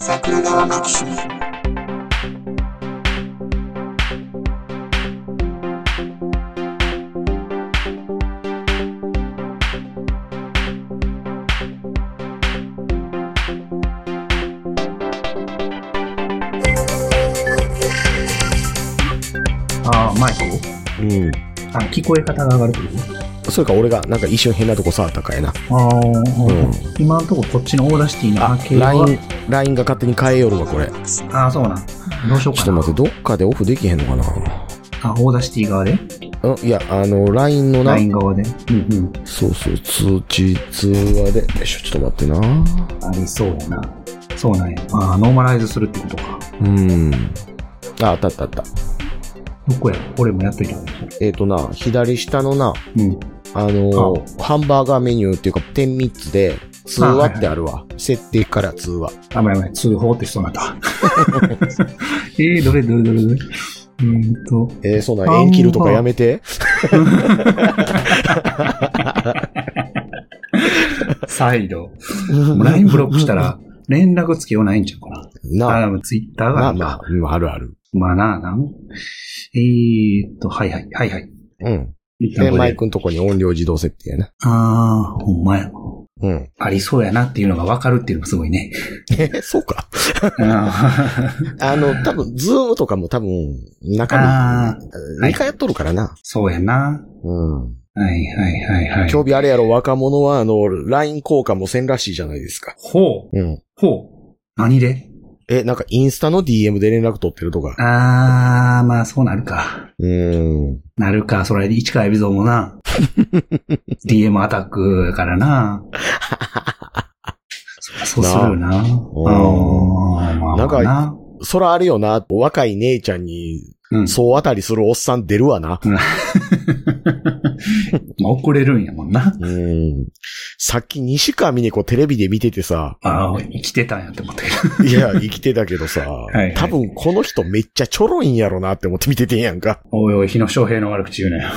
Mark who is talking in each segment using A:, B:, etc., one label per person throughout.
A: 桜川マキシム
B: ああ、マイク
C: うん。
B: あ、聞こえ方が上がるってこと
C: それか俺がなんか一瞬変なとこ触ったかやな。
B: ああ、
C: うん
B: 今のとここっちのオーダーシティの波
C: あ、
B: 形は
C: LINE、LINE が勝手に変えよるわ、これ。ちょ
B: ああ、そうなん。どうしよう
C: っ
B: か
C: と
B: な。
C: 待って、どっかでオフできへんのか
B: あ、オーダーシティ側で
C: なうん、いや、あの、LINE のな、
B: ?LINE 側で。うんうん。
C: そうそう、通知、通話で、よいしょ、ちょっと待ってな。
B: ありそうやな。そうなんや。ああ、ノーマライズするってことか。
C: うん。あ、あったあったあった。
B: どこや俺もやっといた方がいい
C: えっ、とな、左下のな、
B: うん。
C: あのーハンバーガーメニューっていうか、点3つで、通話ってあるわ。設定から通話。
B: あ、まあやばい、通報ってしそうになった。えー、どれどれどれどれ。うーんと、
C: えー、そんなん縁切るとかやめて。
B: 再度。 もう LINE ブロックしたら、連絡つけようないんちゃうかな。あ、
C: な
B: で
C: あ、
B: も Twitter
C: ま
B: があ
C: あ
B: る
C: ま
B: か
C: あ。、うんあるある。
B: まあなあなん。えーっと、はいはい、はいはい。
C: うん。
B: 一旦
C: で、
B: これ
C: マイクのとこに音量自動設定やな。
B: ああ、ほんまや。
C: うん。
B: ありそうやなっていうのがわかるっていうのがすごい ね。
C: え、そうか。
B: あー
C: あ の、多分、ズームとかも多分、
B: あ
C: 中
B: ー、
C: 身、2回やっとるからな。
B: そうやな。
C: うん。
B: はいはいはいはい。
C: 興味あれやろ、若者は、あの、LINE 交換もせんらしいじゃないですか。
B: ほう、
C: うん。
B: ほう。何で
C: え、なんか、インスタの DM で連絡取ってるとか。
B: ああ、まあそうなるか。
C: うん。
B: なるか、それで市川海老蔵も な。DM アタックやから な。そそうするよな。
C: お
B: あーまあ
C: なんか
B: な
C: そらあるよな、若い姉ちゃんに、
B: うん。
C: そう当たりするおっさん出るわな。
B: まあ遅れるんやもんな。
C: うん。さっき西川美ね子テレビで見ててさ、
B: ああ、生きてたんやって思ったけど。
C: いや、生きてたけどさ、
B: はい
C: 多分この人めっちゃちょろいんやろなって思って見ててんやんか。
B: おいおい、日野翔平の悪口言うなよ。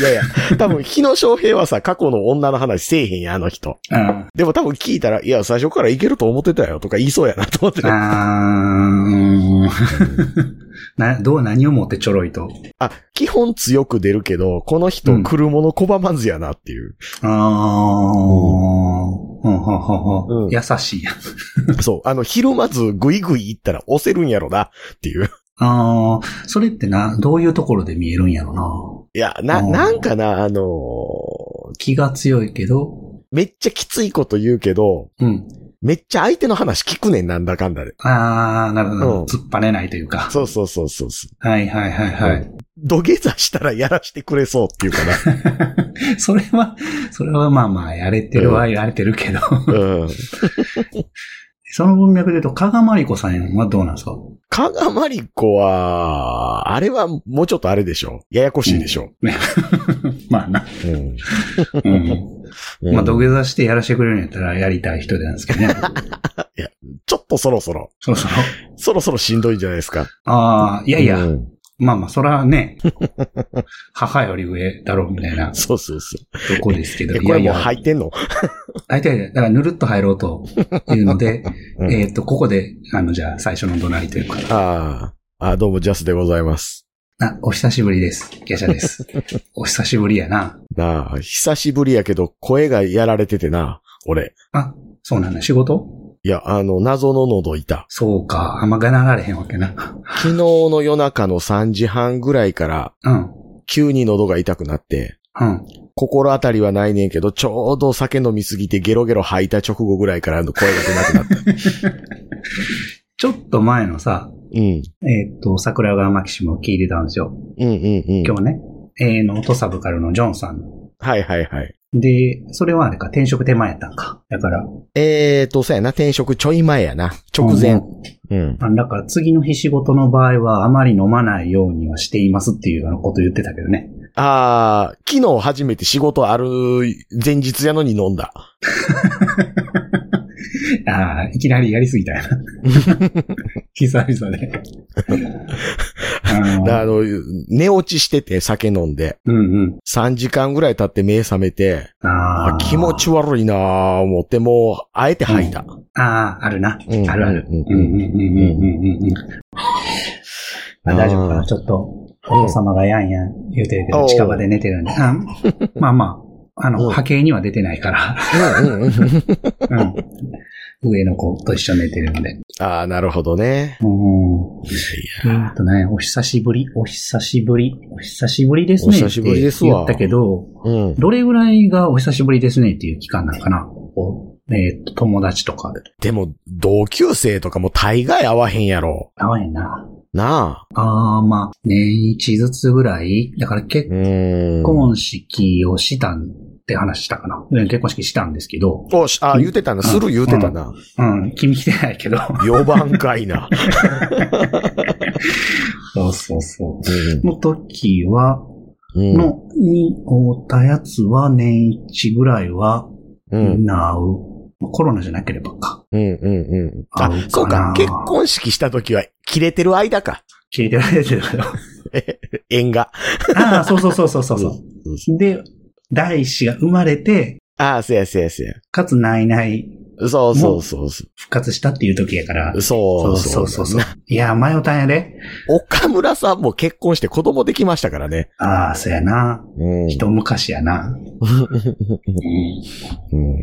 C: いやいや、多分日野翔平はさ、過去の女の話せえへんやん、あの人。
B: あ
C: でも多分聞いたら、いや、最初からいけると思ってたよとか言いそうやなと思って
B: あ、
C: ね。
B: うーん な、どう、何をもってちょろいと。
C: あ、基本強く出るけど、この
B: う
C: 人
B: ん
C: 来るもの拒まんずやなっていう。
B: ああ、ほんほんほんほん
C: うん
B: 優しいやん。
C: そう。あの、ひるまずぐいぐい行ったら押せるんやろなっていう。
B: ああ、それってな、どういうところで見えるんやろ
C: いや、な、
B: うん
C: なんかな、あのー
B: な。気が強いけど、
C: めっちゃきついこと言うけど、
B: うん。
C: めっちゃ相手の話聞くねん、なんだかんだで。
B: ああ、なるほ
C: うん
B: ど。突っ張れないというか。
C: そうそうそうそうそう。
B: はいはいはいはい。
C: 土下座したらやらしてくれそうっていうかな。
B: それは、それはまあまあ、やれてるはやれてるけど。
C: うん。
B: その文脈で言うと、加賀まりこさんはどうなんです か
C: 加賀まりこは、あれはもうちょっとあれでしょ。ややこしいでしょ。
B: まあな。
C: うん。
B: うん。
C: うん
B: まあ、土下座してやらせてくれるんやったらやりたい人なんですけどね。
C: ちょっとそろそろ、
B: そろそろ。
C: そろそろしんどいんじゃないですか。
B: ああ、いやいや、
C: うん
B: まあまあ、そらね、母より上だろうみたいな
C: そうそうそう。
B: とこですけど、
C: え、
B: い
C: こ
B: や
C: れ
B: い
C: も
B: や、
C: う入ってんの
B: あいたいただからぬるっと入ろう というので、
C: うん
B: えっと、ここで、あの、じゃあ、最初の怒鳴りというか、
C: ああ。あ、どうも、ジャスでございます。
B: あ、お久しぶりです。ゲシャ です。お久しぶりやな。
C: なあ、久しぶりやけど、声がやられててな、俺。
B: あ、そうなんだ、仕事
C: いや、あの、謎の喉いた。
B: そうか、あんまがなられへんわけな。
C: 昨日の夜中の3時半ぐらいから、
B: うん、
C: 急に喉が痛くなって、
B: うん。
C: 心当たりはないねんけど、ちょうど酒飲みすぎてゲロゲロ吐いた直後ぐらいからの声が出なくな った。
B: ちょっと前のさ、
C: うん。
B: えっ、と、桜川マキシムを聞いてたんですよ。
C: うんうんうん
B: 今。日ね、えー、の、トサブカルのジョンさんの。
C: はいはいはい。
B: で、それはあれか、転職手前やったんか。だから、
C: えーと、そうやな、転職ちょい前やな。直前。うん。
B: あ。だから次の日仕事の場合は、あまり飲まないようにはしていますっていうようなこと言ってたけどね。
C: あー、昨日初めて仕事ある前日やのに飲んだ。
B: ああ、いきなりやりすぎたよな。 久々で。あ
C: だ
B: の
C: あの、寝落ちしてて酒飲んで、
B: うん
C: 3時間ぐらい経って目覚めて、
B: うん。あ
C: あ気持ち悪いなー思って、もう、あえて吐いた。
B: ああ、あるな。
C: うん
B: あるある。
C: うん
B: うんうんうんうんうんうん。まあ大丈夫か
C: あ
B: な
C: ー
B: ちょっと、お子様がやんやん言うてるけど、近場で寝てるんで。 あんまあまあ、あの、
C: うん
B: 波形には出てない から、
C: うんうんうん。
B: うん上の子と一緒に寝てるんで。
C: ああ、なるほどね。
B: うん。
C: い
B: え
C: やい
B: ー
C: や
B: っとね、お久しぶり、お久しぶり、お久しぶりですね。
C: お久しぶりですわ
B: 言ったけど、
C: うん。
B: どれぐらいがお久しぶりですねっていう期間なんかなおえーっと、友達とかで。
C: でも、同級生とかも大概会わへんやろ。
B: 合わへんな。
C: なあ。
B: ああ、まあ、年一ずつぐらい。だから結
C: うー
B: 結
C: ん。
B: 婚式をしたんって話したかな。結婚式したんですけど、
C: おし、あ、言うてたな。する言うてたな。
B: うん、君来てないけど。
C: 4番かいな。
B: そうそうそ
C: うん
B: の時は、
C: うん。
B: の、に、おったやつは年一ぐらいは、
C: うん。
B: なう。コロナじゃなければか。
C: うん。うん。うん。
B: 合うか
C: あ
B: な、
C: そうか。結婚式した時は、切れてる間か。
B: 聞いてられてるけど。
C: 縁が。
B: ああ、そうそうそうそうそうそ
C: うん
B: う。で、第一子が生まれて、
C: ああ、せやせやせや。
B: かつないない
C: そうそうそうそ
B: 復活したっていう時やから
C: う。。そう
B: そうそうそう。いや、迷ったんやで。
C: 岡村さんも結婚して子供できましたからね。
B: ああ、そうやな。
C: うん
B: 一昔や な。
C: うん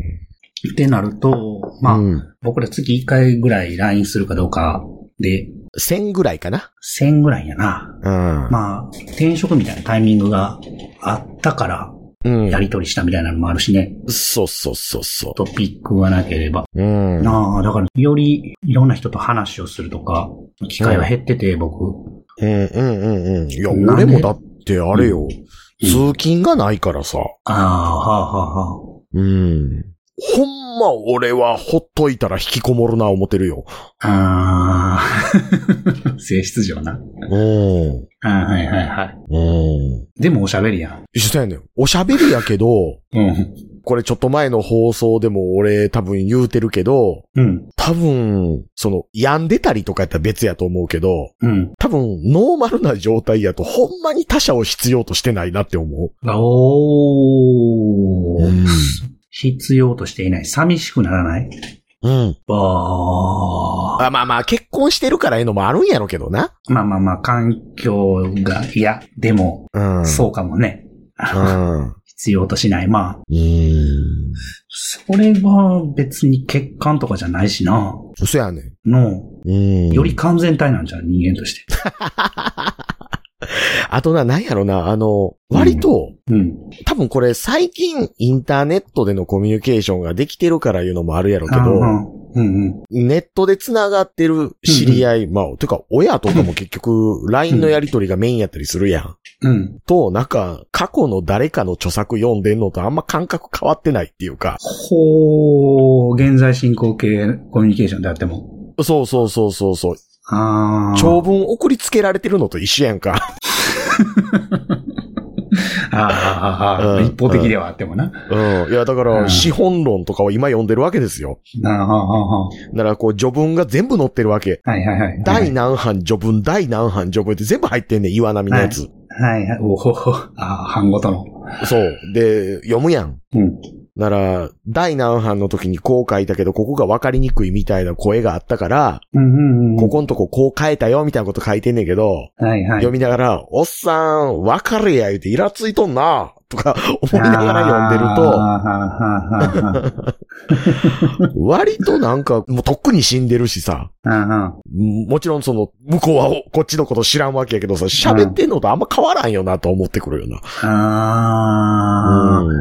B: ってなると、まあ、
C: うん
B: 僕ら月1回ぐらい LINE するかどうかで、
C: 1000ぐらいかな。
B: 1000ぐらいやな。
C: うん。
B: まあ、転職みたいなタイミングがあったから、
C: うん
B: やり取りしたみたいなのもあるしね。
C: そうそうそうそ
B: トピックがなければ。
C: う。うん。
B: なあ、だから、よりいろんな人と話をするとか、機会は減ってて、僕。
C: うんうんうんうん。いや、
B: なんで
C: 俺もだってあれよ、
B: うん
C: 通勤がないからさ。
B: ああ、はあはあは
C: うん。ほんま俺はほっといたら引きこもるな思ってるよ。
B: あ。ああ、 性質上な。
C: うん。
B: ああはいはいはい。
C: う
B: でもおしゃべりやん。
C: ん。したやねん。おしゃべりやけど、
B: うん。
C: これちょっと前の放送でも俺多分言うてるけど、
B: うん。
C: 多分、その、病んでたりとかやったら別やと思うけど、
B: うん。
C: 多分、ノーマルな状態やと、ほんまに他者を必要としてないなって思
B: おー。
C: うん。
B: 必要としていない。寂しくならないう
C: うん。
B: わー
C: あまあまあ、結婚してるからええのもあるんやろうけどな。
B: まあまあまあ、環境が、いや、でも、
C: うん
B: そうかもね。
C: う。うん。
B: 必要としない。まあ、
C: うん。
B: それは別に欠陥とかじゃないしな。
C: そやねん。
B: の、
C: うん。
B: より。完全体なんじゃん、人間として。
C: あとな、なんやろな、あの、割と、
B: うん。
C: 多分これ最近インターネットでのコミュニケーションができてるからいうのもあるやろうけ
B: う
C: ど、
B: んうんうん。
C: ネットで繋がってる知り合い、まあ、てか親とかも結局、LINE のやりとりがメインやったりするやん。
B: うん。
C: と、なんか、過去の誰かの著作読んでんのとあんま感覚変わってないっていうか。
B: ほー、現在進行形コミュニケーションであっても。
C: そうそうそうそうそう。
B: あー。
C: 長文送りつけられてるのと一緒やんか。
B: あーあー、あーあ
C: う
B: ー
C: ん
B: 一方的ではあってもな。
C: うん。いや、だか
B: うん
C: ら、資本論とかを今読んでるわけですよ。
B: ああ、は
C: だから、こう、序文が全部載ってるわけ。
B: あ、はいはいはい。
C: 第何版序文、第何版序文って全部入ってんねん、岩波のやつ。
B: はいはい。おほほ。ああ、半ごとの。
C: そう。で、読むやん。
B: うん。
C: なら、第何版の時にこう書いたけど、ここが分かりにくいみたいな声があったから、
B: うんうんうん。
C: ここんとここう変えたよみたいなこと書いてんねんけど、
B: はいはい。
C: 読みながら、おっさん、わかるや言うてイラついとんな、とか思いながら読
B: ああ、はあはあはあは
C: んでると、割となんか、もうとっくに死んでるしさ、
B: あ。あ
C: もちろんその、向こうはこっちのこと知らんわけやけどさ、喋ってんのとあんま変わらんよなと思ってくるよな。
B: あ ああ。
C: うん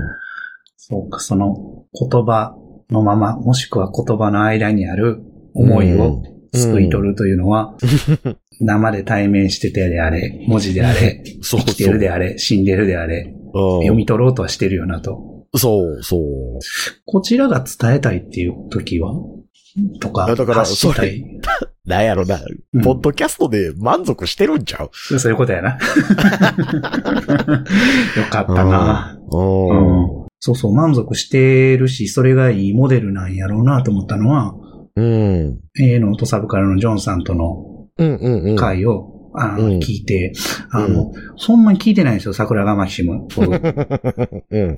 B: そうか、その言葉のまま、もしくは言葉の間にある思いを救い取るというのは、 生で対面しててであれ、文字であ れ、
C: そう
B: 生きて
C: そう
B: る。であれ、死んでるであれ、読
C: う
B: み取ろうとはしてるよなと。
C: ん、そうそう。
B: こちらが伝えたいっていう時はとか、
C: あだから
B: 発したい。
C: なんやろな、
B: うん
C: ポッドキャストで満足してるんちゃう
B: そういう ことやな。よかったな、う
C: うん
B: んそうそう、満足してるし、それがいいモデルなんやろうなと思ったのは、
C: うん。
B: A の音サブからのジョンさんとの
C: うんうんうん。
B: 回を、あの
C: うん
B: 聞いて、あの、そんなに聞いてないんですよ、桜川マキシム。僕
C: うん。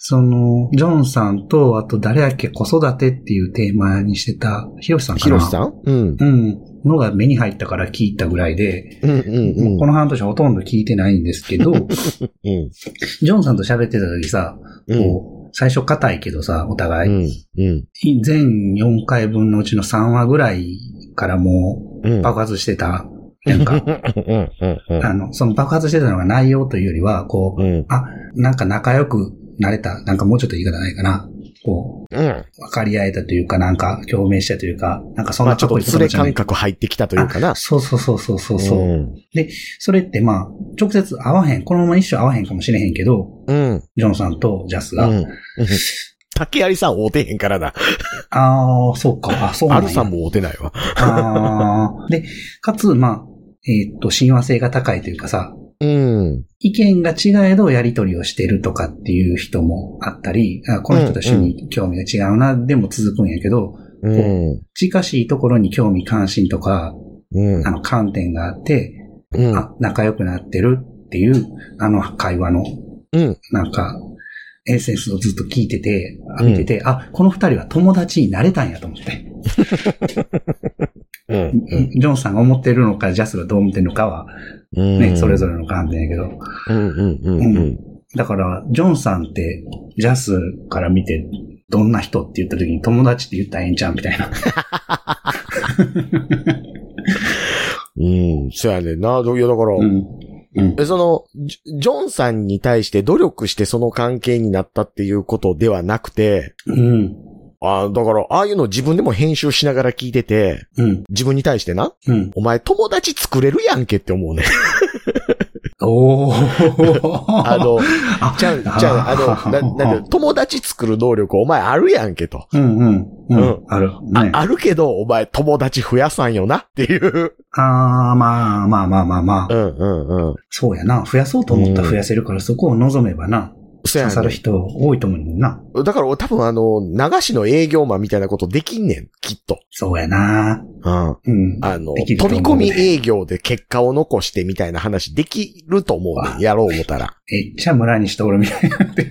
B: その、ジョンさんと、あと誰やっけ、子育てっていうテーマにしてた、ヒロシさんか
C: ヒ
B: な
C: ロシさんうん。
B: うん。のが目に入ったから聞いたぐらいで、
C: うんうん
B: もう
C: う
B: こ
C: ん。
B: の半年ほとんど聞いてないんですけ ど、
C: う
B: ジ
C: ん。
B: ョンさんと喋ってた時さ、こう、最初硬いけどさ、お互
C: う
B: い、
C: ん。うん。
B: 全4回分のうちの3話ぐらいからも
C: うん。
B: う爆発してた、なん か、
C: うん。うん。
B: あの、その爆発してたのが内容というよりは、こう、
C: うん。
B: あ、なんか仲良くなれた、なんかもうちょっと言い方ないかな、こ
C: うん。
B: う、分かり合えたというか、なんか共鳴したというか、なんかそん
C: まあ
B: な
C: ちょ
B: か
C: っ
B: っこといいこ
C: 連
B: と
C: れ
B: じゃない
C: 感覚入ってきたというかな。
B: そうそうそうそうそうそう。
C: うん。
B: それってまあ、直接会わへん、このまま一生会わへんかもしれへんけど、
C: うん。
B: ジョンさんとジャスが。
C: うん。竹有さん会うてへんからな。
B: ああ、そうか、あ、そうな
C: ア
B: ん
C: ル
B: や
C: さんも会うてないわ。
B: あーで、かつ、まあ、えーっと、親和性が高いというかさ、
C: うん。
B: 意見が違えどやりとりをしてるとかっていう人もあったり、あこの人と趣味、興味が違うな、でも続くんやけど、
C: うん。
B: 近しいところに興味関心とか、
C: うん
B: あ。の観点があって、
C: うん。
B: あ、仲良くなってるっていう、あの会話の、
C: うん。
B: なんか、エッセンスをずっと聞いてて、あ見てて、あ、この二人は友達になれたんやと思って。
C: うん。うん。
B: ジョンさんが思ってるのか、ジャスがどう思ってるのかは、
C: うん。
B: ね、それぞれの観点やけど。
C: れ。うん。うん。うん。
B: だから、ジョンさんって、ジャスから見て、どんな人って言った時に友達って言ったらええんちゃうみたいな。
C: うん。そやねんな。どういや、だから、
B: うん。うん。
C: えその、ジョジョンさんに対して努力してその関係になったっていうことではなくて、
B: うん。
C: あだから、ああいうの自分でも編集しながら聞いてて、
B: うん。
C: 自分に対してな、
B: うん。
C: お前友達作れるやんけって 思うね。
B: お ー。
C: あの、
B: あ
C: ち ゃう、ちゃう、あの、な、なんて、友達作る能力お前あるやんけと。
B: うんうん。う。
C: うん
B: ある。ね。
C: あるけど、お前友達増やさんよなっていう。
B: あー、まあまあまあまあま
C: う
B: あ。
C: んうんうん。
B: そうやな。増やそうと思ったら増やせるから、そこを望めばな。
C: そや
B: 刺さる
C: ね
B: 人多いと思うねんな。
C: ん。だから多分あの、流しの営業マンみたいなことできんねん、きっと。
B: そうやな。
C: うん。
B: うん。
C: あの、
B: で
C: 飛
B: きると思
C: び
B: う
C: 込み営業で結果を残してみたいな話できると思うねんやろう思ったら。
B: めっちゃ村にしておるみたいにな って。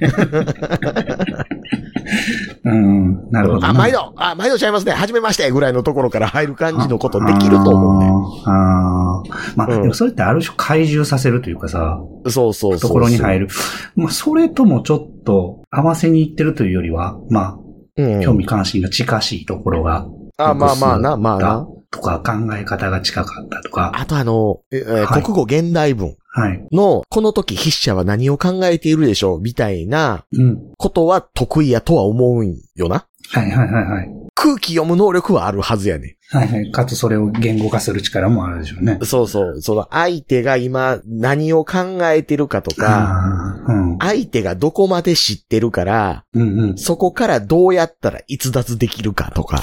B: うん、なるほどな。
C: あ、毎度、あ、毎度ちゃいますね。はじめましてぐらいのところから入る感じのことできると思うねん。
B: あーあーまあ、
C: うん
B: でもそれってある種怪獣させるというかさ、
C: そうそうそう。
B: ところに入
C: る。
B: る。まあ、それともちょっと合わせに行ってるというよりは、ま
C: う
B: あ、
C: ん。
B: 興味関心が近しいところが、
C: あ、まあまあな、まあ
B: だ
C: な。
B: とか、考え方が近かったとか、
C: あとあの、ええー
B: はい
C: 国語現代文
B: はい。
C: の、この時筆者は何を考えているでしょうみたいな
B: うん。
C: ことは得意やとは思うんよな。
B: はいはいはいはい。
C: 空気読む能力はあるはずやねん。
B: はいはい。かつそれを言語化する力もあるでしょうね。
C: そうそう。その相手が今何を考えてるかとか、
B: ああ、うん。
C: 相手がどこまで知ってるから、
B: うんうん。
C: そこからどうやったら逸脱できるかとか、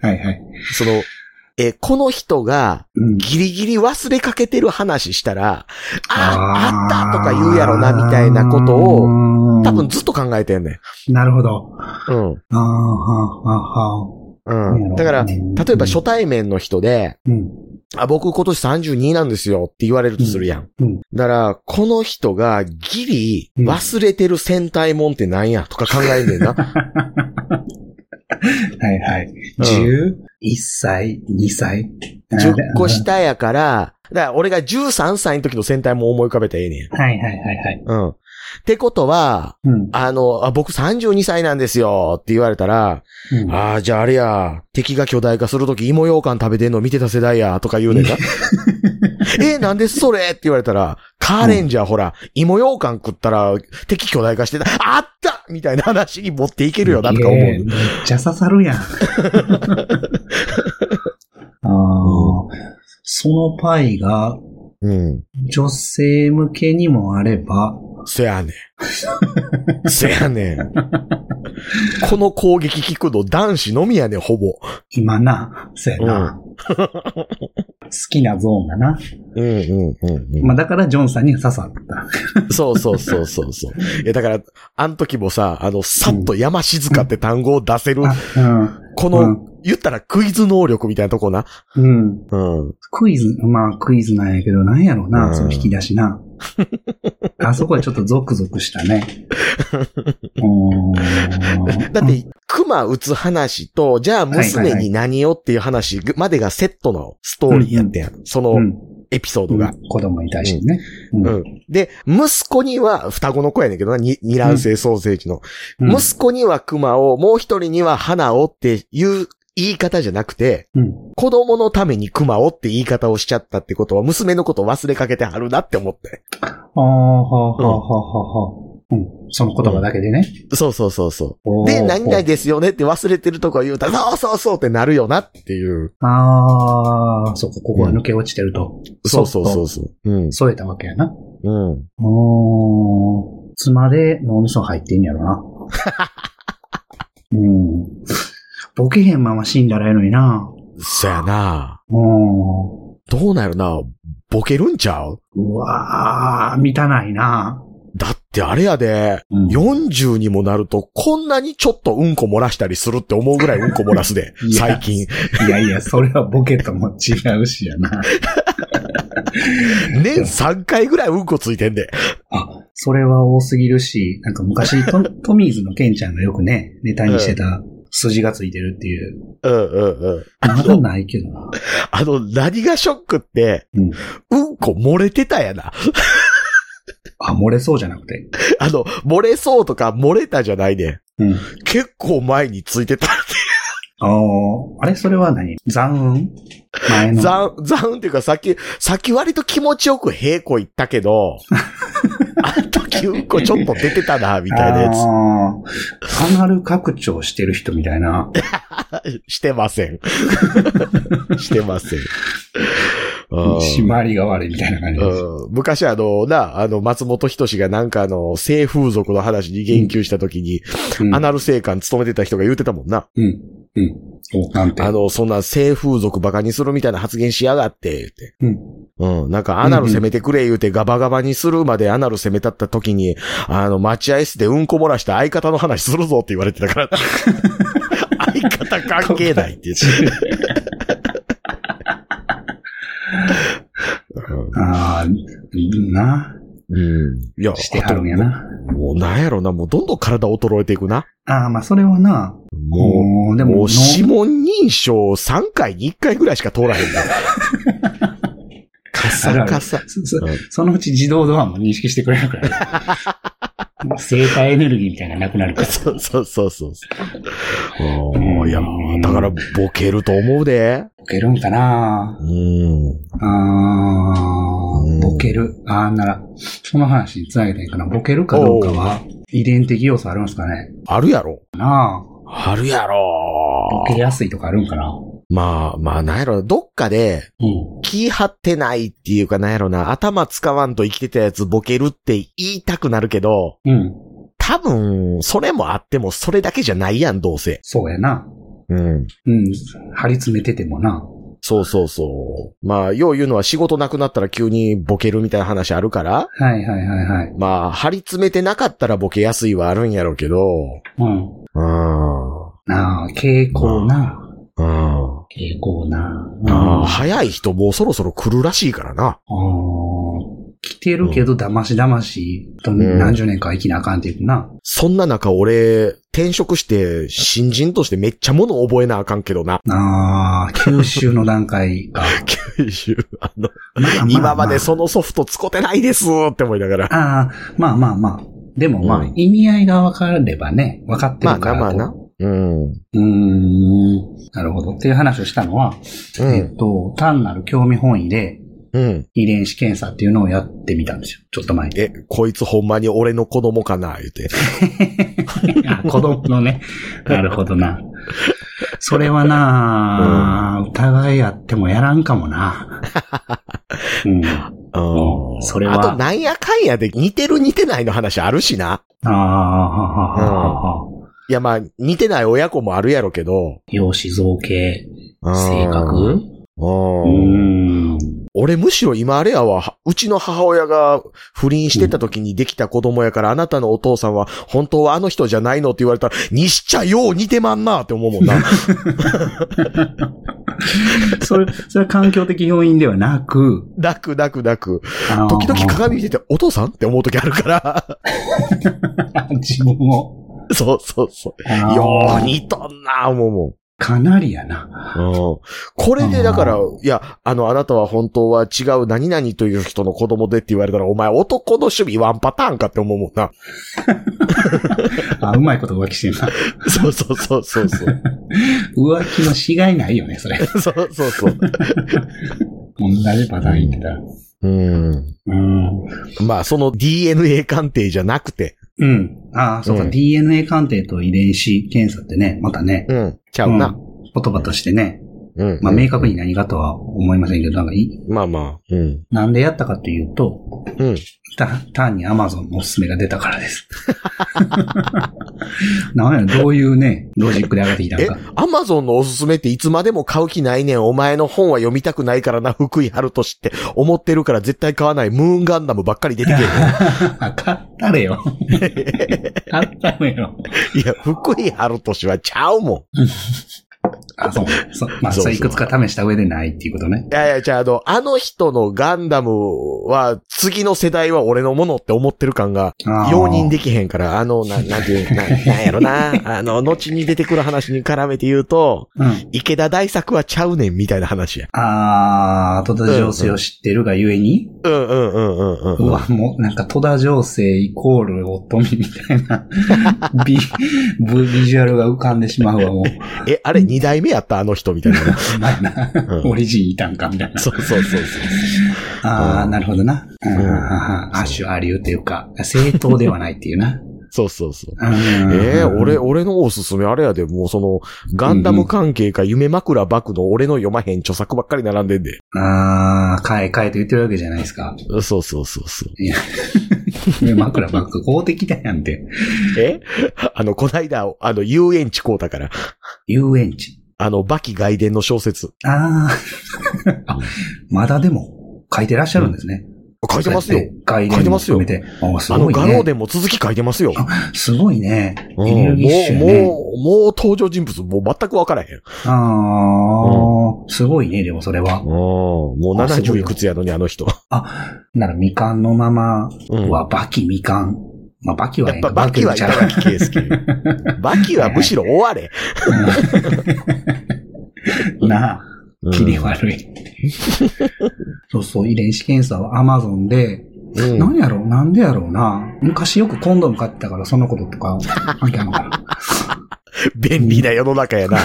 B: はいはい。
C: その、え、この人が
B: うん。
C: ギリギリ忘れかけてる話したら、あ、あ
B: ー
C: ったとか言うやろな、みたいなこと
B: う
C: を、
B: ーん
C: 多分ずっと考えてんねん。
B: なるほど。
C: うん。
B: あーはーはーは
C: う
B: ー
C: ん。だから、例えば初、
B: うん
C: 対面の人で、
B: うん。
C: あ、僕今年32なんですよって言われるとするやん。
B: うん。
C: だから、この人がギリ忘れてる戦隊もんってなんやとか考えん ねんな。
B: はいはい。
C: うん
B: 11歳、2歳。
C: 10個下やから、だから俺が13歳の時の戦隊も思い浮かべたらええねん。
B: はいはいはいはい。
C: うん。ってことは、
B: うん。
C: あの、あ僕32歳なんですよって言われたら、
B: うん
C: ああ、じゃああれや、敵が巨大化するとき芋羊羹食べてんの見てた世代や、とか言うねん な。え、なんでそれって言われたら、カーレンジャーほら、芋羊羹食ったら敵巨大化してた、あったみたいな話に持っていけるよな、とか思
B: ええ
C: う。
B: めっちゃ刺さるやん。ああ。そのパイが
C: うん。
B: 女性向けにもあれば、
C: せやね ん。せやねん。この攻撃聞くの男子のみやねん、ほぼ。
B: 今な、そうやな。好きなゾーンがな。
C: うんうんうん、
B: まあだからジョンさんには刺さった。
C: そうそうそうそうそう。いや、だから、あの時もさ、あの、さっと山静かって単語を出せる、
B: あ
C: こ
B: う
C: の、言ったらクイズ能力みたいなとこな。
B: うん。うん。
C: うん。
B: クイズ、まあクイズなんやけど、なんやろう
C: う
B: な、
C: ん
B: その引き出しな。あそこはちょっとゾクゾクしたね。 うーん
C: だって、熊撃つ話と、じゃあ娘に何をっていう話までがセットのストーリーやってん。その
B: うん、
C: エピソードが。
B: 子供に対してね。
C: う
B: うん
C: ん。で、息子には、双子の子やねんけどな、に二卵性ソーセージの。
B: うん
C: 息子には熊を、もう一人には花をっていう言い方じゃなくて、
B: うん
C: 子供のために熊をって言い方をしちゃったってことは、娘のことを忘れかけてはるなって思って。
B: ああ、はあ、はあ、はあ、はあ。うん。その言葉だけでね。
C: そうそうそうそ
B: お
C: う。
B: ー
C: で、何々ですよねって忘れてるとこ言うた ら、そうそうそうってなるよなっていう。
B: ああ、そうか、ここは抜け落ちてると。
C: そうそうそうそう。うん。
B: 添えたわけやな。
C: うん。
B: おー、妻で脳みそ入ってんや ろな。うん。ボケへんまま死んだらええのにな。
C: そやな
B: うん。
C: どうなるなボケるんちゃう
B: うわー、満たないな。
C: だってあれやで、
B: うん
C: 40にもなると、こんなにちょっとうんこ漏らしたりするって思う ぐらいうんこ漏らすで
B: い、や
C: 最近。
B: いやいや、それはボケとも違うしやな。
C: 年3回ぐらいうんこついてんで。
B: あ、それは多すぎるし、なんか昔 ト、トミーズのケンちゃんがよくね、ネタにしてた筋がついてるっていう。
C: うんうんうん。
B: まだないけどな。
C: あの、何がショックって、
B: うん。
C: うんこ漏れてたやな。
B: あ、漏れそうじゃなくて。
C: あの、漏れそうとか漏れたじゃないね。
B: うん。
C: 結構前についてた。
B: あーあれそれは何残雲前の。
C: 残、残っていうかさっき、さっき割と気持ちよく平行行った けど、あの時うんこちょっと出てたな、みたいなやつ。
B: つ。カナル拡張してる人みたいな。
C: してませ ん。してません。うん
B: 締まりが悪いみたいな感じです。
C: うん昔あの、な、あの、松本人志がなんかあの、性風俗の話に言及した時に、
B: うん
C: アナル性感勤めてた人が言ってたもんな。
B: うん。うん。お、なんて。
C: あの、そんな性風俗バカにするみたいな発言しやがって、言って。
B: うん。
C: うん。なんか、アナル攻めてくれ言うてガバガバにするまでアナル攻めたった時に、あの、待合室でうんこ漏らした相方の話するぞって言われてたから。相方関係ないって言って。
B: ああ、な。
C: うん。いや、
B: してはるんやな。
C: あともうなんやろな、もうどんどん体衰えていくな。
B: ああ、まあ、それはな。
C: も
B: もう、で
C: う、も
B: も、
C: う指紋認証3回に1回ぐらいしか通 らへんな。カサカサ。
B: そそそのうち自動ドアも認識してくれるから。 もう生体エネルギーみたいなのなくなるから。
C: そうそうそうそう。うんいや、だからボケると思うで。
B: ボケるんかな
C: うん。
B: あ
C: うん
B: ーボケる。ああ、なら、その話に繋げたいかな。ボケるかどうかは、遺伝的要素あるんですかね
C: あるやろ。
B: なあ、
C: あるやろ
B: ボ。ケやすいとかあるんかな
C: まあ、まあ、なんやろ。どっかで、
B: うん。
C: 気張ってないっていうかなんやろな。頭使わんと生きてたやつボケるって言いたくなるけど、
B: うん。
C: 多分、それもあってもそれだけじゃないやん、どうせ。
B: そうやな。
C: うん。
B: うん。張り詰めててもな。
C: そうそうそう。まあ、よう言うのは仕事なくなったら急にボケるみたいな話あるから、
B: はいはいはいはい。
C: まあ、張り詰めてなかったらボケやすいはあるんやろうけど、
B: うん。
C: うん。
B: なあ、傾向な。
C: うん。
B: 傾向な。
C: ああ、
B: あ
C: 早い人もうそろそろ来るらしいからな。
B: あー。来てるけど、だましだまし、と
C: ん
B: 何十年か生きなあかんっていうな。
C: そんな中俺、転職して、新人としてめっちゃ物覚えなあかんけ どな。
B: ああ、吸収の段階 が。
C: 九州あの、
B: まああ
C: 今までそのソフト使ってないですって思いながら。
B: ああ、まあまあまあ。でもまあ、
C: うん
B: 意味合いが分かればね、分かってるから。
C: まあなまあな。うん。うん。
B: うーん。なるほど。っていう話をしたのは、えっと、単なる興味本位で
C: うん。
B: 遺伝子検査っていうのをやってみたんですよ。ちょっと前に。
C: え、こいつほんまに俺の子供かな言うて。
B: あ子供のね。なるほどな。それはなあ、疑いあってもやらんかも な。うん。う
C: う。
B: んんそれは
C: あとなんやかんやで似てる似てないの話あるしな。
B: ああ、ははははは。
C: いやまあ、似てない親子もあるやろけど。
B: 容姿造形、
C: うん
B: 性格う
C: うん。
B: ん。
C: 俺むしろ今あれやわ、はうちの母親が不倫してた時にできた子供やから、あなたのお父さんは本当はあの人じゃないのって言われたら、にしちゃよう似てまんなって思うもんな。
B: それ、それは環境的要因ではなく、
C: なくなくなく。
B: あの
C: 時々鏡見てて、お父さんって思う時あるから。
B: 自分を、
C: そうそうそう。
B: あの
C: よう似とんな、思うもん。
B: かなりやな。
C: うんこれでだから
B: う、
C: いや、あの、あなたは本当は違う何々という人の子供でって言われたら、お前男の趣味ワンパターンかって思うもんな。
B: あ、うまいこと浮気してるな。
C: そうそうそうそうそう。
B: 浮気のしがいないよね、そ れ。
C: そうそうそう。
B: 同じパターン言ってた。
C: うん。
B: うん。
C: まあ、その DNA 鑑定じゃなくて。
B: うん。ああ、そうか、
C: うん
B: DNA 鑑定と遺伝子検査ってね、またね。
C: うん。ちゃう
B: うん
C: な。
B: 言葉としてね。
C: うん。
B: まあ、明確に何かとは思いませんけど、なんかい、
C: まあまあ。うん。
B: なんでやったかというと、
C: うん。
B: た、単に Amazon のおすすめが出たから です。 なんやろ、どういうね、ロジックで上がってきた
C: え
B: の か。、
C: アマゾンのおすすめっていつまでも買う気ないねん。お前の本は読みたくないからな、福井春俊って思ってるから絶対買わない。ムーンガンダムばっかり出てく る。
B: 買ったれ よ。買ったれよ。
C: いや、福井春俊はちゃうもん。
B: あ、そう。そうまあ、
C: そうそう
B: それいくつか試した上でないっていうことね。
C: いやいや、じゃあ、あの、あの人のガンダムは、次の世代は俺のものって思ってる感が、
B: あー
C: 容認できへんから、あの、な、なんていう、な、なんやろな、あの、後に出てくる話に絡めて言うと、
B: うん。
C: 池田大作はちゃうねん、みたいな話や。
B: あー、戸田情勢を知ってるがゆえに、
C: うんうんうんうん
B: う
C: うん。
B: わ、もうなんか戸田情勢イコール乙女みたい なビ、ビビジュアルが浮かんでしまうわ、もう。
C: え、あれ、二代目やった、あの人、みたいな。
B: うまいな
C: う。ん
B: オリジンいたんか、みたいな。
C: そうそうそうそう。
B: ああ、
C: うん
B: なるほどな。うんん、ハッシュアリューっていうか、正当ではないっていうな。
C: そうそうそう。
B: うん
C: ええ俺、、俺のおすすめあれやで、もうその、ガンダム関係か夢枕バクの俺の読まへん著作ばっかり並んでんで。
B: ああ、かえかえと言ってるわけじゃないですか。
C: そうそうそうそう。
B: 枕ばっか公的だやんて。
C: え あの、こないだ、あの、遊園地こうたから、
B: 遊園地。
C: あの、バキ外伝の小説。
B: あー あ、まだでも書いてらっしゃるんですね。
C: 書いてますよ。。
B: 書い
C: 書い
B: て
C: てま
B: ますす
C: よ
B: よ。あす
C: あの、
B: ごい
C: 画廊
B: ね。
C: でも続き書いてますよ。
B: すごいね。
C: うん
B: エネルギッシュや
C: もう、
B: ね。
C: もう、もう登場人物、もう全くわからへん。うん。
B: ああ、すごいね、でもそれは。
C: もう
B: あすご
C: 70
B: い
C: いくつやのに、あの人。
B: あ、ならみかんのまま
C: うん。
B: は、バキみかん。まあ、バキは
C: や
B: え
C: っ
B: え
C: ぱ
B: か
C: バキは
B: バキはちゃう
C: 茨城圭介。 バキはむしろ終われ。
B: なあ、
C: うん
B: 切り悪い。そうそう、遺伝子検査は Amazon で、
C: うん
B: なんやろうなんでやろうな。昔よくコンドーム買ってたから、そのこととか、関係あるのか な。
C: 便利な世の中やな。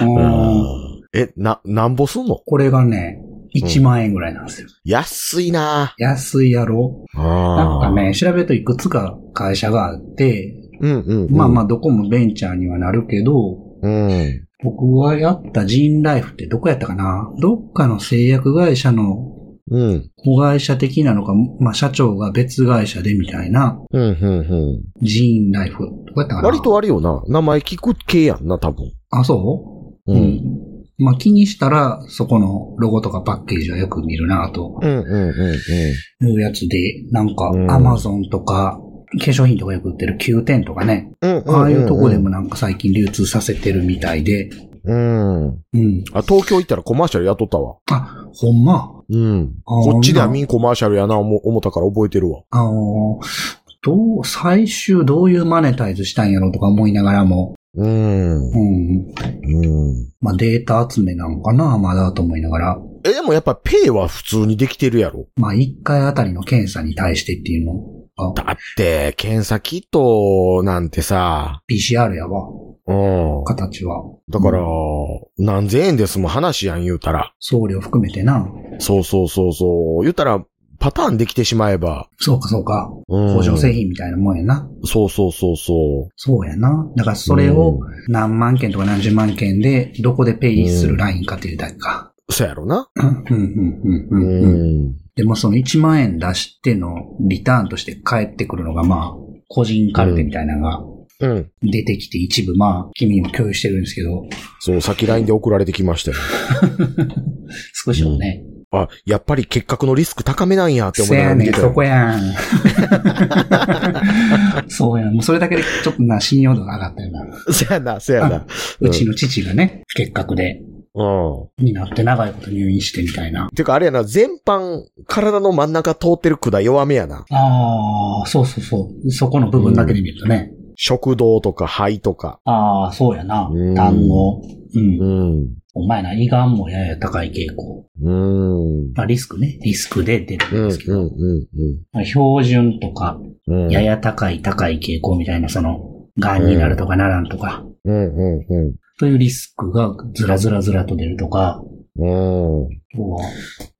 B: うん
C: え、な、なんぼすんの
B: これがね、1万円ぐらいなんですよ。
C: 安いな
B: 安いやろなんか。ね、調べるといくつか会社があって、
C: うんうん。
B: まあま
C: あ。
B: あどこもベンチャーにはなるけど、
C: うん。
B: 僕はやったジーンライフってどこやったかなどっかの製薬会社の
C: うん。
B: 子会社的なのか、まあ、社長が別会社でみたいな、
C: うん、うん、うん。
B: ジーンライフ。どうやったかな
C: 割。とあれよな。名前聞く系やんな、多分。
B: あ、そう
C: うん。
B: まあ、気にしたら、そこのロゴとかパッケージはよく見るな、と
C: うん、うん、うん、
B: いうやつで、なんか
C: うん、
B: アマゾンとか、化粧品とかよく売ってる Q 点とかね、
C: うん。うん。
B: ああいうとこでも。なんか最近流通させてるみたいで、
C: うん。
B: うん。
C: あ、東京行ったらコマーシャル雇ったわ。
B: あ、ほんま。
C: うん。
B: あ
C: こっちでは
B: ほんま
C: ミンコマーシャルやな、思思ったから覚えてるわ。
B: あのどう、最終どういうマネタイズしたんやろとか思いながらも、
C: うん。う
B: うん、
C: ん。
B: まあ、データ集めなんかな、まだと思いながら。
C: え、でもやっぱペイは普通にできてるやろ。
B: まあ、一回あたりの検査に対してっていうのが、
C: だって、検査キットなんてさ、
B: PCR やわ、
C: うん。
B: 形は。
C: だから
B: うん、
C: 何千円で済む話やん言うたら。
B: 送料含めてな。
C: そうそうそうそう。言ったら、パターンできてしまえば。
B: そうか、そうか。
C: うん
B: 工場製品みたいなもんやな。
C: そうそうそうそう。
B: そうやな。だから、それを何万件とか何十万件で、どこでペイするラインかっていうだけか。
C: そうやろな。
B: うん、うん、う、
C: うん
B: うんうん。
C: ん。
B: でも、その1万円出してのリターンとして返ってくるのが、まあ、個人カルテみたいなのが
C: うん。
B: 出てきて、一部、まあ、君にも共有してるんですけど、
C: そう、先ラインで送られてきましたよ。
B: 少しはね、
C: あ、やっぱり結核のリスク高めなんやって思
B: せ
C: いな
B: や
C: がら見
B: ねん、
C: てた
B: そ
C: よ。
B: こやん。そうやん。もうそれだけでちょっとな、信用度が上がったよな。
C: せやな、せやな。
B: うちの父がね、結核で、
C: うん。うん。
B: になって長いこと入院してみたいな。
C: てかあれやな、全般、体の真ん中通ってる管弱めやな。
B: ああ、そうそうそう。そこの部分だけで見るとね。
C: 食道とか肺とか。
B: ああ、そうやな
C: うん。
B: 胆の。うん。
C: ん。
B: お前な、胃がんもやや高い傾向。
C: うん。
B: まあ、リスクね。リスクで出
C: う
B: るん
C: ん、
B: ですけど。
C: うん、
B: まあ、標準とか、
C: うん。うん。
B: やや高い高い傾向みたいな、その、癌になるとかならんとか、
C: うん、う
B: というリスクがずらずらずらと出るとか、
C: ん、うん。うん。
B: あとは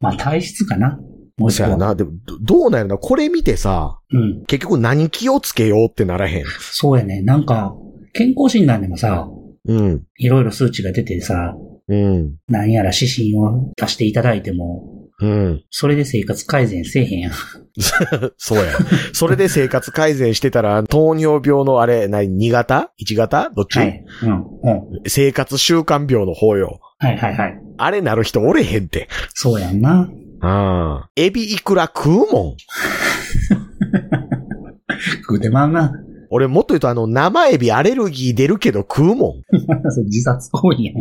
B: まあ体質かなもし
C: そ
B: く
C: うや
B: は。
C: な。でも、どどうなるなこれ見てさ、
B: うん。
C: 結局何気をつけようってならへん。
B: そうやね。なんか、健康診断でもさ、
C: うん。
B: いろいろ数値が出てさ、
C: うん。
B: なんやら指針を出していただいても、
C: うん。
B: それで生活改善せえへんやん。
C: そうや。 それで生活改善してたら、糖尿病のあれ、何、2型 ?1 型どっち、
B: はい。うん。うん。
C: 生活習慣病の方よ。
B: はいはいはい。
C: あれなる人おれへんって。
B: そうやんな。
C: ああ。エビいくら食うもん。
B: 食うてまんな。
C: 俺もっと言うとあの、生エビアレルギー出るけど食うもん。
B: それ自殺行為やん。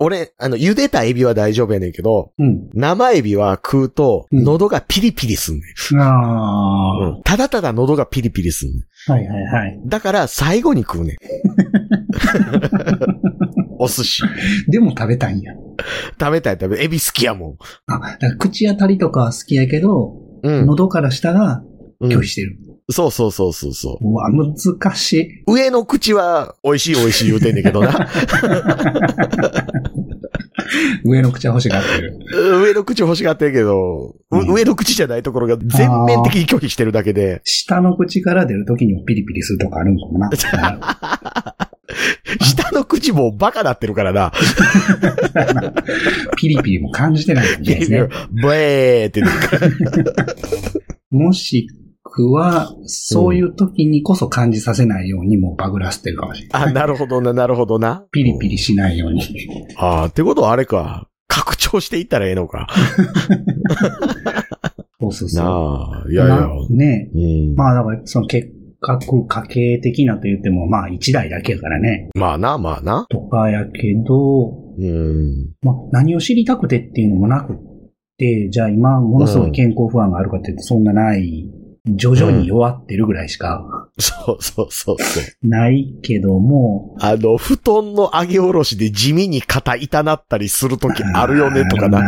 C: 俺、あの、茹でたエビは大丈夫やねんけど、
B: うん。
C: 生エビは食うと、
B: うん
C: 喉がピリピリすんね
B: ああ
C: ん、。ただただ喉がピリピリすんねん。
B: はいはいはい。
C: だから、最後に食 うねん。お寿司。
B: でも食べたいんや。
C: 食べたい食べたい。エビ好きやもん。
B: あ、だから口当たりとかは好きやけど、
C: うん。
B: 喉から下が
C: うん
B: 拒否してる。
C: そうそうそうそうそう
B: わ、難しい。
C: う。上の口は、美味しい美味しい言うてんねんけどな。
B: 上の口は欲しがってる。
C: 上の口欲しがってるけど、う
B: うん
C: 上の口じゃないところが全面的に拒否してるだけで、
B: 下の口から出るときにもピリピリするとかあるんかも な。
C: 下の口もバカなってるからな。
B: ピリピリも感じてないかもし
C: ブ
B: れないですね。
C: エーってなるから。
B: もしくは、そういう時にこそ感じさせないようにもうバグらせてるかもしれない。
C: あ、なるほどな、なるほどな。
B: ピリピリしないように。
C: ああ、ってことはあれか。拡張していったらええのか。
B: そうそうそう。
C: なあ、いやいや。
B: なね
C: うん、まあ
B: まあだから、その結核家系的なと言っても、まあ一台だけやからね。
C: な、まあな。
B: とかやけど、
C: うん。
B: まあ何を知りたくてっていうのもなくって、じゃあ今、ものすごい健康不安があるかって言ってそんなない。徐々に弱ってるぐらいしか
C: そうそうそうそう。
B: ないけども、
C: あの、布団の上げ下ろしで地味に肩痛なったりするときあるよねとかな。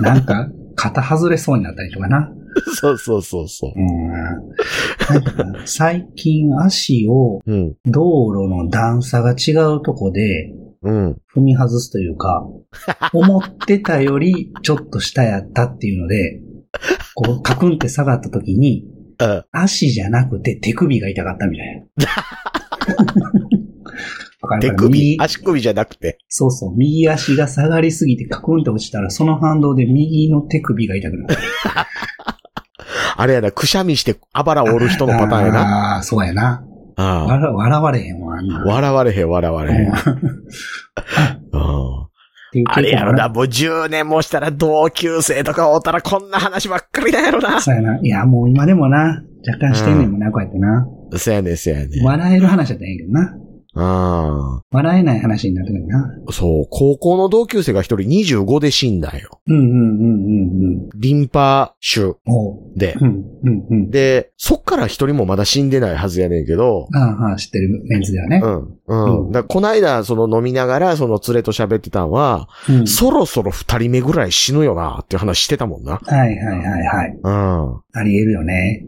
B: な。なんか、肩外れそうになったりとかな。
C: そうそうそうそう
B: う。ん。なんか最近足を
C: うん。
B: 道路の段差が違うとこで
C: うん。
B: 踏み外すというか、 思ってたよりちょっと下やったっていうので、こう、カクンって下がった時に、
C: うん
B: 足じゃなくて手首が痛かったみたい な。
C: 手首、足首じゃなくて。
B: そうそう、右足が下がりすぎてカクンって落ちたら、その反動で右の手首が痛くなる。
C: あれやな、くしゃみしてあばら折る人のパターンやな。
B: ああー、そうやな。
C: あ
B: わら笑われへんわ、あん
C: あ
B: な。
C: 笑われへん、笑われへん。うん
B: っていう
C: あれやろ
B: 結構
C: な、もう10年もしたら同級生とかおったらこんな話ばっかりだやろ な。
B: そうやな。いや、もう今でもな、若干してんねんもんな、こうやってな。
C: そうやねん、そうやねん。
B: 笑える話だったらいいけどな。
C: あ
B: 笑えない話になってくるな。
C: あ。そう、高校の同級生が一人25で死んだんよ。
B: うんうんうんうんうん。
C: リンパ腫
B: おう。
C: で。
B: うんうんうん。
C: で、そっから一人もまだ死んでないはずやねんけど、
B: ああああ、知ってるメンズではね
C: う。ん、うん。
B: うん
C: だからこないだ、その飲みながら、その連れと喋ってたんは、
B: うん。
C: そろそろ二人目ぐらい死ぬよな、っていう話してたもんな。
B: はいはいはいはい。
C: うん。うん。
B: あり得るよね。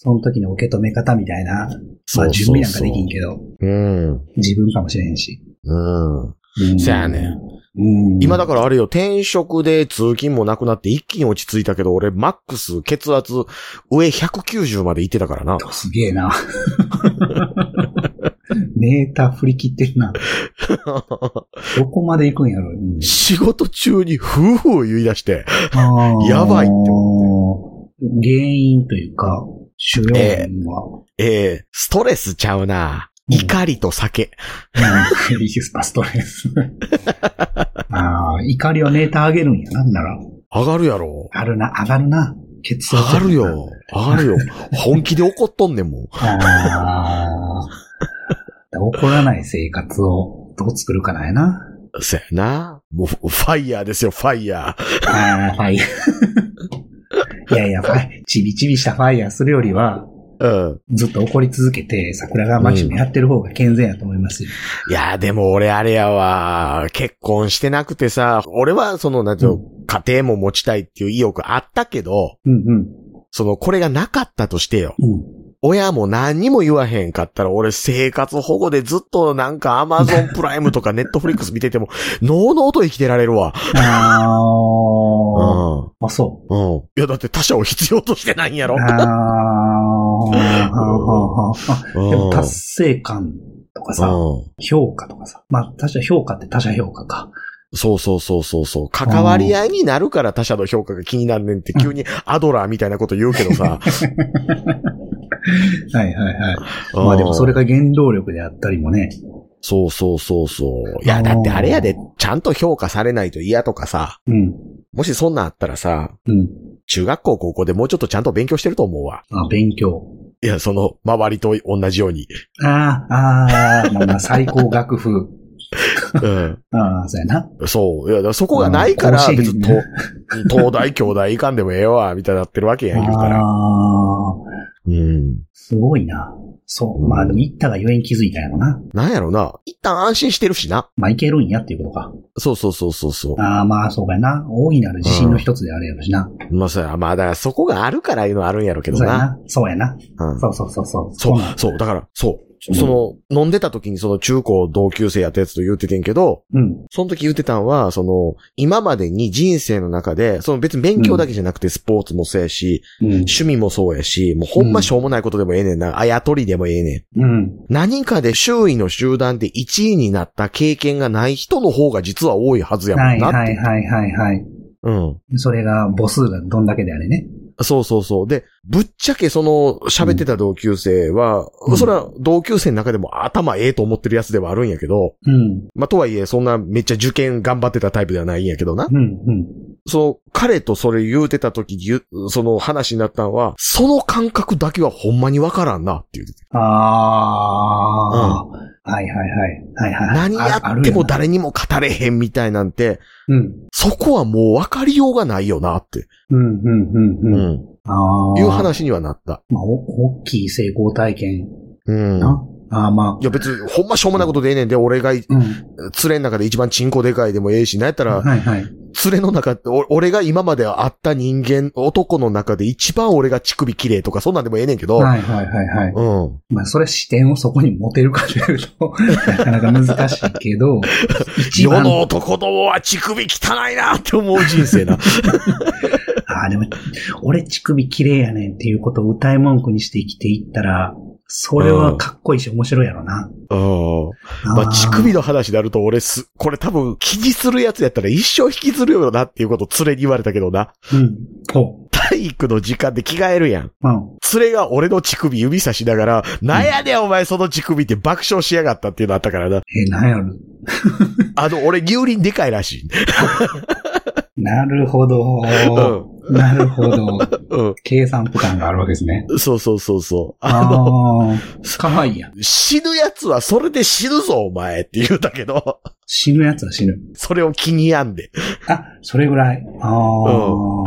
B: その時の受け止め方みたいな。まあ、準備なんかできんけど、
C: ど。うん。
B: 自分かもしれへんし。
C: うん。
B: うん
C: そやねん。
B: うん。
C: 今だからあれよ、転職で通勤もなくなって一気に落ち着いたけど、俺マックス血圧上190まで行ってたか らな。
B: すげえな。メーター振り切ってるな。どこまで行くんやろ。うん
C: 仕事中に夫婦を言い出して、
B: あー
C: やばいって
B: 原因というか、主要因は、
C: えー、ストレスちゃうな。
B: うん
C: 怒りと酒。
B: うんリスパストレス。ああ、怒りをネタ上げるんやな、んなら。
C: 上がるやろ。
B: あるな、上がるな。血圧やな。
C: 上がるよ。上がるよ。本気で怒っとんねんもん。
B: ああ。怒らない生活をどう作るかなんやな。
C: そやな。もう、ファイヤーですよ、ファイヤー。
B: ああ、ファイヤー。い やいや、ファイ、ちびちびしたファイヤーするよりは、
C: うん。
B: ずっと怒り続けて、桜川マキシムやってる方が健全やと思いますよ。
C: いや、でも俺あれやわ。結婚してなくてさ、俺はその、なんていうの、家庭も持ちたいっていう意欲あったけど、
B: うんうん。
C: その、これがなかったとしてよ。
B: うん。
C: 親も何にも言わへんかったら、俺生活保護でずっとなんかアマゾンプライムとかネ ットフリックス見てても、のうのうと生きてられるわ。
B: ああ、
C: う
B: あ、そ
C: ん。うん。いや、だって他者を必要としてないん やろ
B: う。。ああ、はあはあはあ
C: うん
B: でも達成感とかさ、
C: うん
B: 評価とかさ。まあ、他者評価って他者評価か。
C: そうそうそうそうそう。関わり合いになるから他者の評価が気になんねんって急にアドラーみたいなこと言うけどさ。
B: はいはいはい。 まあでもそれ
C: が。
B: が原動力であったりもね。
C: そうそうそうそう。いや、だってあれやで、ちゃんと評価されないと嫌とかさ。
B: うん。
C: もしそんなんあったらさ、
B: うん。
C: 中学校高校でもうちょっとちゃんと勉強してると思うわ。
B: あ、勉強。
C: いや、その、周りと同じよ うに。
B: ああ、ああ、まあまあ最高学風。
C: うん。
B: ああ、そうやな。
C: そう。いや、だからそこがないから、
B: うん
C: 別に
B: 甲子園
C: 東、 東大、京大行かんでもええわ、みたいになってるわけやん、言うたら。
B: ああ、
C: うん。
B: すごいな。そう。まあでも行ったがゆえに気づいたんやろな。
C: なんやろな。一旦安心してるしな。
B: まあ行けるんやっていうことか。
C: そうそうそうそうそう。
B: ああ、まあそうかやな。大いなる自信の一つであるやろしな。
C: まあ、そうや。まあ、だからそこがあるからいうのはあるんやろうけど
B: そうや
C: な。
B: な。そうやな。
C: うん
B: そうそうそうそう。
C: そう
B: なん、
C: そう、だから、そうう。
B: ん
C: その、飲んでた時にその中高同級生やったやつと言っててんけど、
B: うん。
C: その時言ってたんは、その、今までに人生の中で、その別に勉強だけじゃなくてスポーツもそうやし、
B: うん。
C: 趣味もそうやし、もうほんましょうもないことでもええねんな、あやとりでもええねん。
B: うん。
C: 何かで周囲の集団で1位になった経験がない人の方が実は多いはずやも
B: は
C: ん
B: い
C: なって。
B: はいはいはいはい。
C: うん。
B: それが母数がどんだけであれね。
C: そうそうそう。で、ぶっちゃけその喋ってた同級生は、
B: うん
C: それは同級生の中でも頭ええと思ってるやつではあるんやけど、
B: うん。
C: まあ、とはいえそんなめっちゃ受験頑張ってたタイプではないんやけどな。
B: うん。うん。
C: その彼とそれ言うてた時に言う、その話になったのは、その感覚だけはほんまにわからんなっていう。
B: ああ、はいはいはい。はいはいはい。
C: 何や
B: あ
C: っても。
B: あるよな
C: 誰にも語れへんみたいなんて、
B: うん。
C: そこはもうわかりようがないよなって、
B: うん、うん、うん、
C: う
B: うん。
C: ん、
B: ああ。
C: いう。話にはなった。
B: まあ、お大きい成功体験
C: うん。
B: な。ああ、ま
C: いや別に、ほんましょうもないことでええねんで、俺が
B: あ。うん。
C: 連れの中で一番チンコでかいでもええし、なんやったら、
B: はいはい。
C: 連れの中って、お俺が今まで会った人間、男の中で一番俺が乳首綺麗とか、そんなんでもええねんけど、
B: はいはいはいはい。
C: うん。
B: まあ、それ視点をそこに持てるかという と、なかなか難しいけど、一
C: 世
B: 番、
C: の男どもは乳首汚いなって思う人 生な。
B: ああ、でも、俺乳首綺麗やねんっていうことを歌い文句にして生きていったら、それはかっこいいし面白いやろな。
C: うん。
B: あ
C: ま
B: ー
C: あ、乳首の話になると俺す、これ多分気にするやつやったら一生引きずるよなっていうこと連れに言われたけどな。
B: うん。ほう。
C: 体育の時間で着替えるやん。
B: うん。
C: 連れが俺の乳首指さしながら、なんやねんお前その乳首って爆笑しやがったっていうのあったからな。
B: えー、なんやろ。
C: あの、俺乳輪でかいらしい。
B: なるほど。なるほど。
C: うん。
B: 計算不感があるわけですね。
C: そうそうそうそう。あ
B: ああー。かわいいやん。
C: 死ぬやつはそれで死ぬぞ、お前って言うたけど、
B: 死ぬやつは死ぬ。
C: それを気に病んで。
B: あ、それぐらい。ああ。
C: もう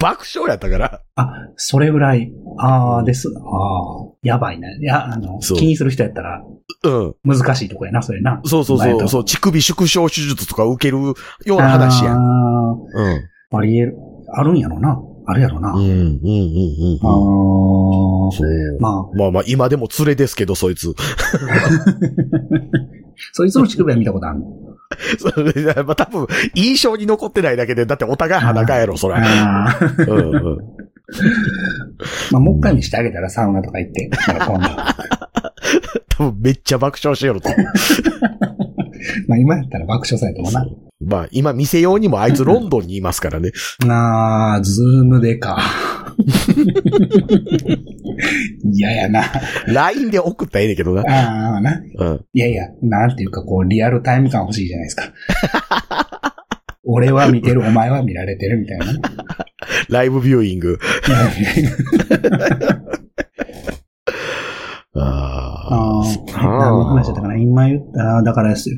C: 爆笑やったから。
B: あ、それぐらい。ああ、です。ああ。やばいな。いや、あの、
C: そう
B: 気にする人やったら
C: うん。
B: 難しいとこやな、それな。
C: そうそう
B: お前
C: そ
B: と
C: う。そう、乳首縮小手術とか受けるような話や
B: あ
C: ん。うん。
B: あ、あり得る。あるんやろな。あるやろな。
C: うん、うん、う
B: あ
C: ん、うん。
B: あ。
C: そう。
B: まあ、
C: まあまあ、今でも連れですけど、そいつ。
B: そいつの乳首は見たことあ るの。
C: それまあ多分、印象に残ってないだけで、だってお互い裸やろ、それ。
B: ああ。
C: うんうん。
B: まあ、もう一回見してあげたらサウナとか行って。なんかこんな
C: 多分、めっちゃ爆笑しよると思う。
B: まあ今やったら爆笑されてもな。
C: まあ、今、店用にもあいつロンドンにいますからね。
B: あー、ズームでか。 嫌やな。
C: LINE で送ったらええねんけどな。
B: あーな。
C: うん。
B: いやいや、なんていうかこう、リアルタイム感欲しいじゃないですか。俺は見てる、お前は見られてるみたいな ね。
C: ライブビューイング。
B: あ
C: あ
B: あ
C: あ。
B: ー、何の話だったかな今言った、あーだからです、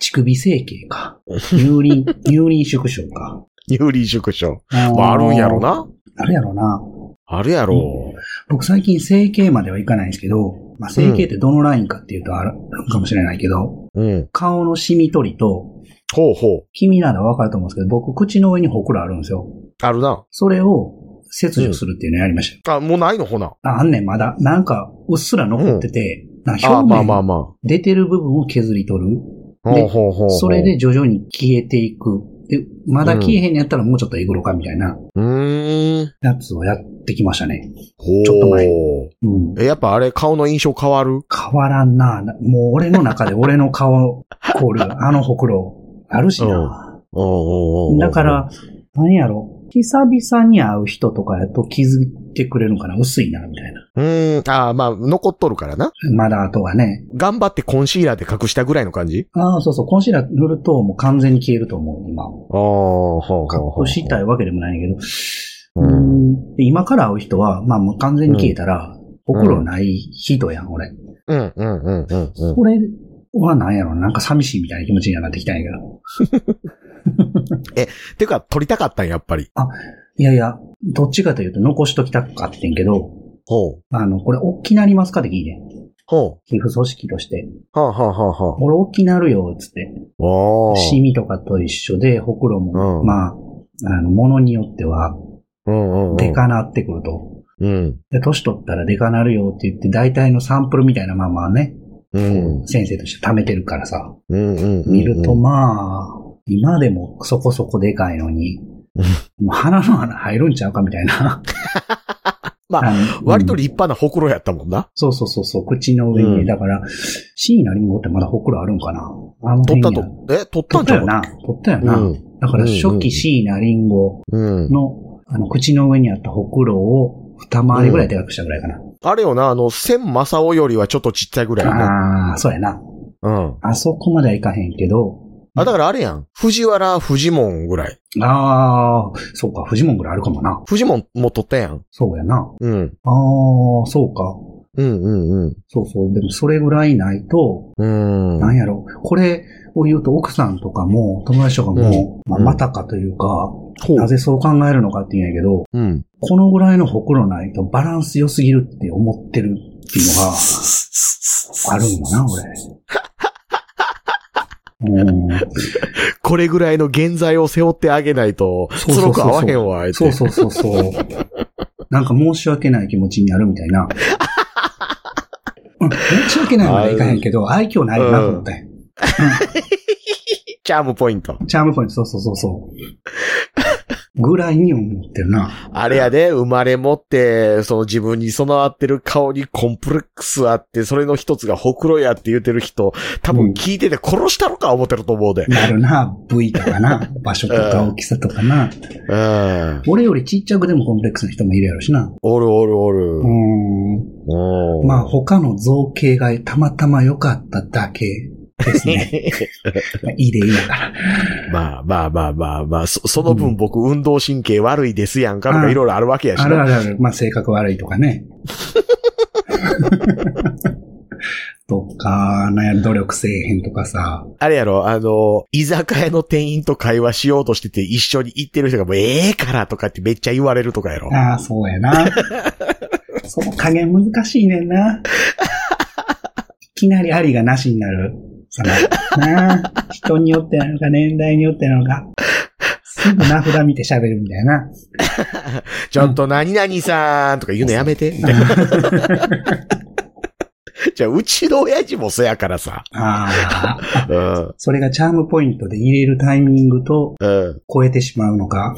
B: 乳首整形 か。乳輪、乳輪縮小か。
C: 乳輪縮小。
B: あー
C: まあ、あるんやろ。な。
B: あるやろな。
C: あるやろ。
B: 僕最近整形まではいかないんですけど、まあ、整形ってどのラインかっていうとあるかもしれないけど、
C: うん。
B: 顔のシミ取りと、
C: ほうほう。
B: 君ならわかると思うんですけど、僕口の上にほくろあるんですよ。
C: あるな。
B: それを切除するっていうのやりましたよ。
C: あ、もうないのほな。
B: ああんねん、まだ。なんか、うっすら残ってて、なんか
C: あまあ
B: 表
C: まあ
B: 面、
C: ま
B: 出てる部分を削り取る。
C: あ。ほうほうほう。
B: それで、徐々に消えていく。で、まだ消えへんのやったらもうちょっとえぐろうかみたいな
C: うーん。
B: やつをやってきましたね。
C: ほう。
B: ちょっと前うん。
C: え、やっぱあれ、顔の印象変わる
B: 変わらんな。もう俺の中で俺の顔、コー ル、あのほくろ、あるしな。
C: おうおうおうおう
B: だか、ら、何やろ。久々に会う人とかやと気づいてくれるのかな薄いな、みたいな。
C: うーん、ああ、まあ、残っとるからな。
B: まだ後がね。
C: 頑張ってコンシーラーで隠したぐらいの感じ
B: ああ、そうそう。コンシーラー塗るともう完全に消えると思う、今。
C: ああ、ほうほうほ
B: 隠したいわけでもないけど。
C: う。
B: うんんで今から会う人は、まあもう完全に消えたら、ほくろない人やん、俺。
C: うん、うん、うん、うんうん。
B: これは何やろなんか寂しいみたいな気持ちにはなってきたんやけど。
C: てか、撮りたかったん、やっぱり。
B: いやいや、どっちかというと残しときたかってんけど、
C: ほう。
B: あの、これ大きなりますかって聞いてん。
C: ほ
B: 皮膚組織として。
C: う。はあ、はあはあはあ、
B: 俺大きなるよ、つって。
C: おー
B: シミとかと一緒で、ほくろも、
C: うん
B: まあ、あの、ものによっては、
C: うんうんうん。
B: でかなってくると。
C: うん。
B: で、年取ったらでかなるよって言って、大体のサンプルみたいなまんまね、
C: うん。
B: 先生として貯めてるからさ。
C: うんうんうん。
B: 見ると、まあ、今でもそこそこでかいのに、もう鼻の穴入るんちゃうかみたいな。
C: まあ
B: あの
C: 割と
B: うん
C: 立派なほくろやったもんな。
B: そうそうそうそう、口の上にね、
C: うん
B: だから、椎名林檎ってまだほくろあるんかなあの
C: 取
B: 辺
C: っ
B: に
C: た
B: は
C: と、え、取った
B: 取っ
C: んち
B: た
C: ゃう
B: よな。取ったよな。
C: うん。
B: だから、
C: うんうん
B: 初期椎名林檎
C: うん。
B: の、あの、口の上にあったほくろを、二回りぐらいでかくしたぐらいかな。
C: あれよな、あの、千正雄よりはちょっとちっちゃいぐらいやな。
B: ああ、そうやな。
C: うん。
B: あそこまではいかへんけど、
C: あ、だからあれやん。藤原、藤門ぐらい。
B: ああ、そうか、フジモンぐらいあるかもな。
C: 藤門も取ったやん。
B: そうやな。
C: うん。
B: ああ、そうか。
C: うんうん
B: そうそう。でもそれぐらいないと、
C: うん。う
B: なん
C: ん。
B: やろ。これを言うと奥さんとかも、友達とかも、
C: うん
B: まあ、
C: うん
B: またかというか、
C: ほう
B: な。ぜそう考えるのかって言うんやけど、
C: うん。
B: このぐらいのほくろないとバランス良すぎるって思ってるっていうの が、あるんだな、 俺。うん
C: これぐらいの原罪を背負ってあげないと、
B: そうそうそうそう
C: つろく合わへんわ、あえて。
B: そうそうそうそう。なんか申し訳ない気持ちになるみたいな。うん申し訳ないまでいかへんけど、愛嬌ないよなと思ったんや
C: チャームポイント。
B: チャームポイント、そうそうそうそう。ぐらいに思ってるな。
C: あれやで、生まれ持って、その自分に備わってる顔にコンプレックスあって、それの一つがほくろやって言ってる人、多
B: うん
C: 分聞いてて殺したのか思ってると思うで。
B: なるな、部位とかな、場所とか大きさとかな。
C: うん。
B: 俺よりちっちゃくでもコンプレックスな人もいるやろしな。
C: おるおるおる
B: う。ー
C: うん
B: ん。まあ他の造形がたまたま良かっただけですね。まあいいでいいやから。
C: まあまあまあまあまあ、そその分僕運動神経悪いですやんかと
B: う
C: か
B: ん
C: いろいろあるわけやし
B: あるあ
C: な。
B: るある。まあ性格悪いとか ね。とか、なんや、努力せえへんとかさ。
C: あれやろ、あの、居酒屋の店員と会話しようとしてて一緒に行ってる人がもうええからとかってめっちゃ言われるとかやろ。
B: ああ、そうや な。その加減難しいねんな。いきなりありがなしになる。その、なあ、人によってなのか、年代によってなのか。すぐ名札見て喋るみたいな。
C: ちょっと何々さんとか言うのやめて。みたいなじゃあ、うちの親父もそやからさ。
B: ああ、
C: うん。
B: それがチャームポイントで入れるタイミングと
C: うん。
B: 超えてしまうの か、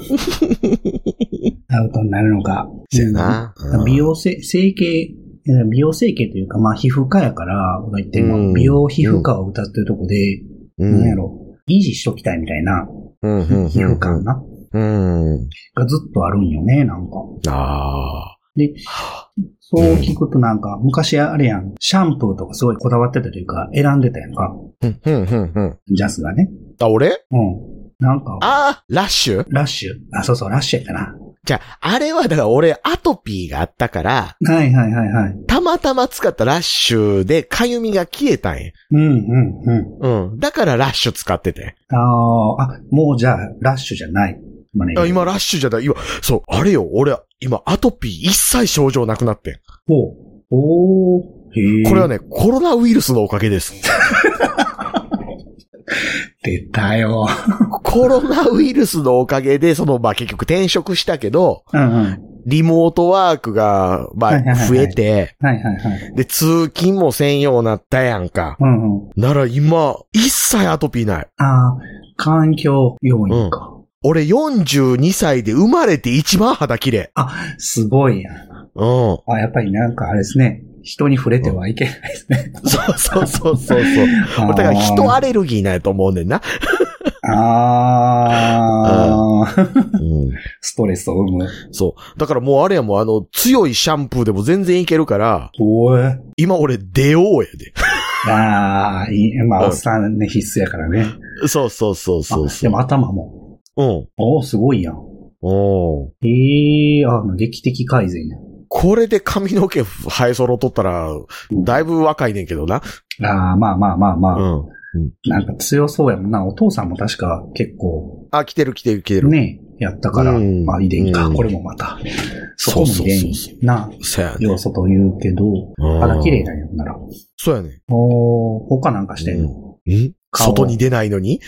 B: アウトになるのか。
C: そやな。
B: うん美容整整形、えー美容整形というか、まあ皮膚科やから、僕が言ってるのは
C: うん
B: 美容皮膚科を歌ってるとこで、
C: うん。
B: なんやろ、維持しときたいみたいな、
C: うん。うん。うん
B: 皮膚科な、
C: うん。
B: がずっとあるんよね、なんか。
C: あ
B: で、そう聞くとなんか、昔あれやん、シャンプーとかすごいこだわってたというか、選んでたやんか、
C: あ。うん。うん。うん。
B: ジャスがね。
C: あ、俺
B: うん。なんか、
C: ああ、ラッシュ
B: ラッシュ。あ、そうそう、ラッシュやったな。
C: じゃあ、あれはだから俺アトピーがあったから、
B: はいはいはいはい。
C: たまたま使ったラッシュで痒みが消えたんや。
B: うんうんう
C: うん。だからラッシュ使ってて。
B: ん。あーあ、もうじゃあ、ラッシュじゃない。今ね
C: あ今ラッシュじゃない。今、そう、あれよ、俺、今アトピー一切症状なくなってん。
B: おおーへえ。
C: これはね、コロナウイルスのおかげです。
B: 出たよ。
C: コロナウイルスのおかげで、その、まあ、結局転職したけど、
B: うんうん。はい
C: リモートワークが、ま
B: はいはい
C: あ、
B: はい
C: 増えて、
B: はいはい。
C: で、通勤も専用なったやんか。
B: うんうん。
C: なら今、一切アトピーない。
B: ああ、環境要因か。
C: 俺42歳で生まれて一番肌綺麗。
B: すごいやん。
C: うん。 そ
B: あ、やっぱりなんかあれですね。人に触れてはいけないですね。
C: うそうそうそうそう。
B: あー
C: だから人アレルギーなんやと思うねんな。
B: あー
C: うん。
B: ストレスを生む。
C: そう。だからもうあれやもん、あの、強いシャンプーでも全然いけるから、
B: おえ。
C: 今俺出ようやで。
B: ああ、いい、ま
C: う
B: あ、
C: ん
B: おっさんね、必須やからね。
C: そうそうそう
B: あ
C: そうそ
B: で
C: う。
B: も頭も。
C: うん。
B: おお、すごいやん。
C: うん。
B: ええあの、劇的改善や
C: これで髪の毛生え揃っとったら、だいぶ若いねんけどな。
B: ん。ああ、まあまあまあま
C: う
B: あ、
C: ん。
B: なんか強そうやもんな。お父さんも確か結構、
C: あ、来てる来てる来てる。
B: ね、やったから、
C: うん
B: まあ遺伝か、
C: うん
B: これもまた。そこも遺伝
C: そうそう
B: な
C: そうやね
B: 要。素と言うけど、
C: うん
B: 肌綺麗なんやんなら。
C: そうやね。
B: おー他なんかしてんの、
C: ん
B: 顔
C: 外に出ないのにい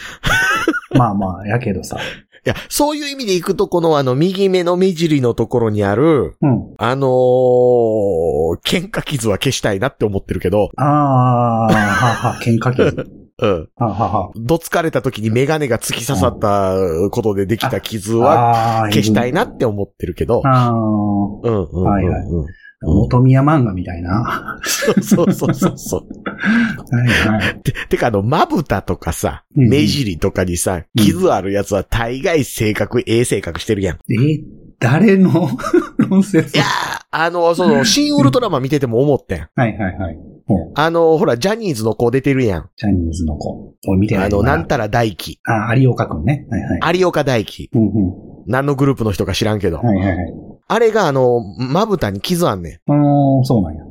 B: まあまあ、やけどさ。
C: や、そういう意味でいくと、このあの、右目の目尻のところにある、
B: うん。
C: あのー、喧嘩傷は消したいなって思ってるけど、
B: ああ、はは、喧嘩傷。
C: うん。
B: ははは。
C: どつかれた時にメガネが突き刺さったことでできた傷は
B: ああー、
C: 消したい
B: な。
C: なって思ってるけど、
B: ああ、
C: うんうんうんうん。
B: はいはい元宮漫画みたいな。
C: そうそうそうそうそう。
B: はいはい。
C: て、てかあの、まぶたとかさ、
B: うんうん
C: 目尻とかにさ、傷あるやつは大概性格、ええ性格してるやん。
B: えー、誰の論説
C: いやー、あの、その、新ウルトラマン見てても思ってん。
B: はいはいはい。ほう
C: あの、ほら、ジャニーズの子出てるやん。
B: ジャニーズの子。俺見てな
C: あ
B: い
C: の、
B: な
C: なんたら大輝。
B: あ、有岡くんね。はいはい。
C: 有岡大輝。
B: うんうん。
C: 何のグループの人か知らんけど。
B: はいはいはい。
C: あれが、あの、まぶたに傷あんねん。
B: あのー、そう なんや。
C: う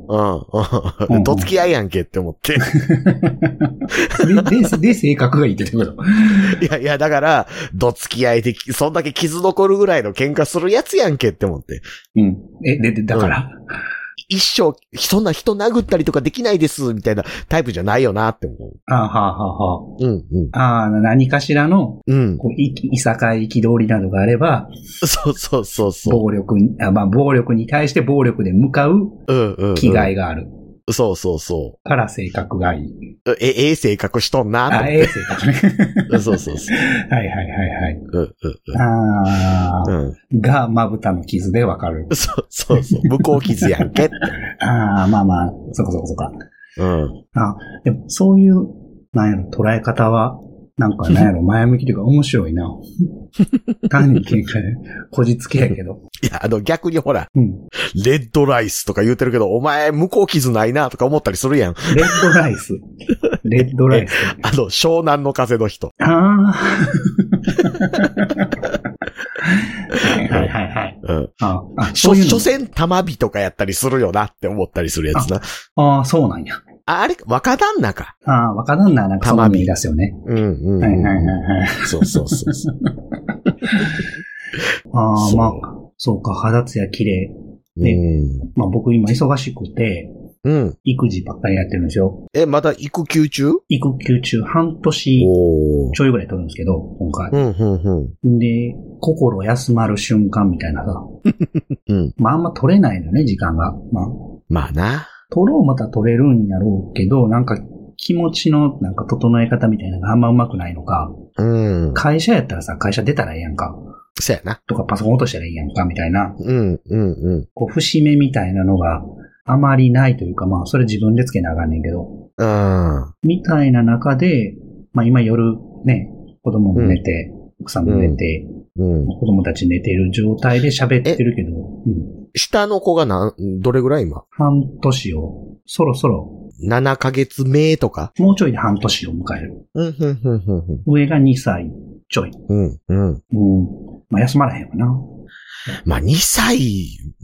B: うんうん
C: ん。どつき合いやんけって思 って。
B: で、で、で、性格がいいってこと。
C: いやいや、だから、どつき合いで、そんだけ傷残るぐらいの喧嘩するやつやんけって思って。
B: うん。え、で、で、だから。
C: 一生、そんな人殴ったりとかできないです、みたいなタイプじゃないよなって思
B: ああ、はあはあはあ。
C: う。うん、うん。
B: ああ、何かしらの、
C: うん。
B: こう、い、いさかい憤りなどがあれば、
C: そうそうそうそ
B: 暴力に、あまあ、暴力に対して暴力で向かう
C: う。うん、うん。
B: 気。概がある
C: そうそうそ
B: から性格がいい。
C: う。え、ええ性格しとんな
B: あ、
C: と
B: ええ性格 ね。
C: 思って。そうそうそう。
B: はいはいはいはい。
C: うん、うん、
B: ああ、
C: うん。
B: が、まぶたの傷でわかる
C: う。ん。そうそうそう。向こう傷やんけって。
B: ああ、まあまあ、そこそこそこか。
C: うん。
B: あ、でも、そういう、なんやろ、捉え方は、なん か、なんやろ、前向きというか面白い な。単に喧嘩で、こじつけやけど。
C: いや、あの、逆にほら、
B: うん。
C: レッドライスとか言うてるけど、お前、向こう傷ないなとか思ったりするやん。
B: レッドライス。レッドライス。
C: あの、湘南の風の人。
B: ああ。はいはいはいはい。
C: うん。
B: ああ、
C: し
B: そ
C: ょ、
B: ういうの
C: 所。詮玉火とかやったりするよなって思ったりするやつな。
B: ああ、そうなんや。
C: ああれ、若旦那か。
B: ああ、わからんな、なんかそ
C: 玉
B: う
C: 火
B: 見出すよね。
C: うんうん、うん
B: はいはいはいはい。
C: そうそうそうそう。
B: ああ、
C: そう
B: まあ、そうか、肌ツヤ綺麗。 ね
C: うん
B: まあ僕今忙しくて、
C: うん。
B: 育児ばっかりやってるんですよ。
C: え、まだ育休中
B: 育休中半年
C: おー
B: ちょいぐらい取るんですけど、今回
C: う。ん、うん、うん。
B: で、心休まる瞬間みたいなさ。
C: うん。
B: まああんま取れないのよね、時間が。まあ、
C: まあな。
B: 取ろうまた取れるんやろうけど、なんか気持ちのなんか整え方みたいなのがあんまうまくないのか、
C: うん。
B: 会社やったらさ、会社出たらええやんか、
C: そやな。
B: とかパソコン落としたらいいやんか、みたいな、
C: うん、うん、うん。
B: こう、節目みたいなのがあまりないというか、まあ、それ自分でつけなあかんねんけど、
C: あ
B: みたいな中で、まあ今夜ね、子供も寝て、奥さんも寝て、
C: うん。
B: 子供たち寝てる状態で喋ってるけど、うん、
C: 下の子がなん、どれぐらい今
B: 半年を、そろそろ、
C: ?7 ヶ月目とか
B: もうちょいで半年を迎える。
C: うん、うん、うん、うん。
B: 上が2歳ちょい。
C: うん、うん。
B: うん。まあ、休まらへんわな。
C: まあ、2歳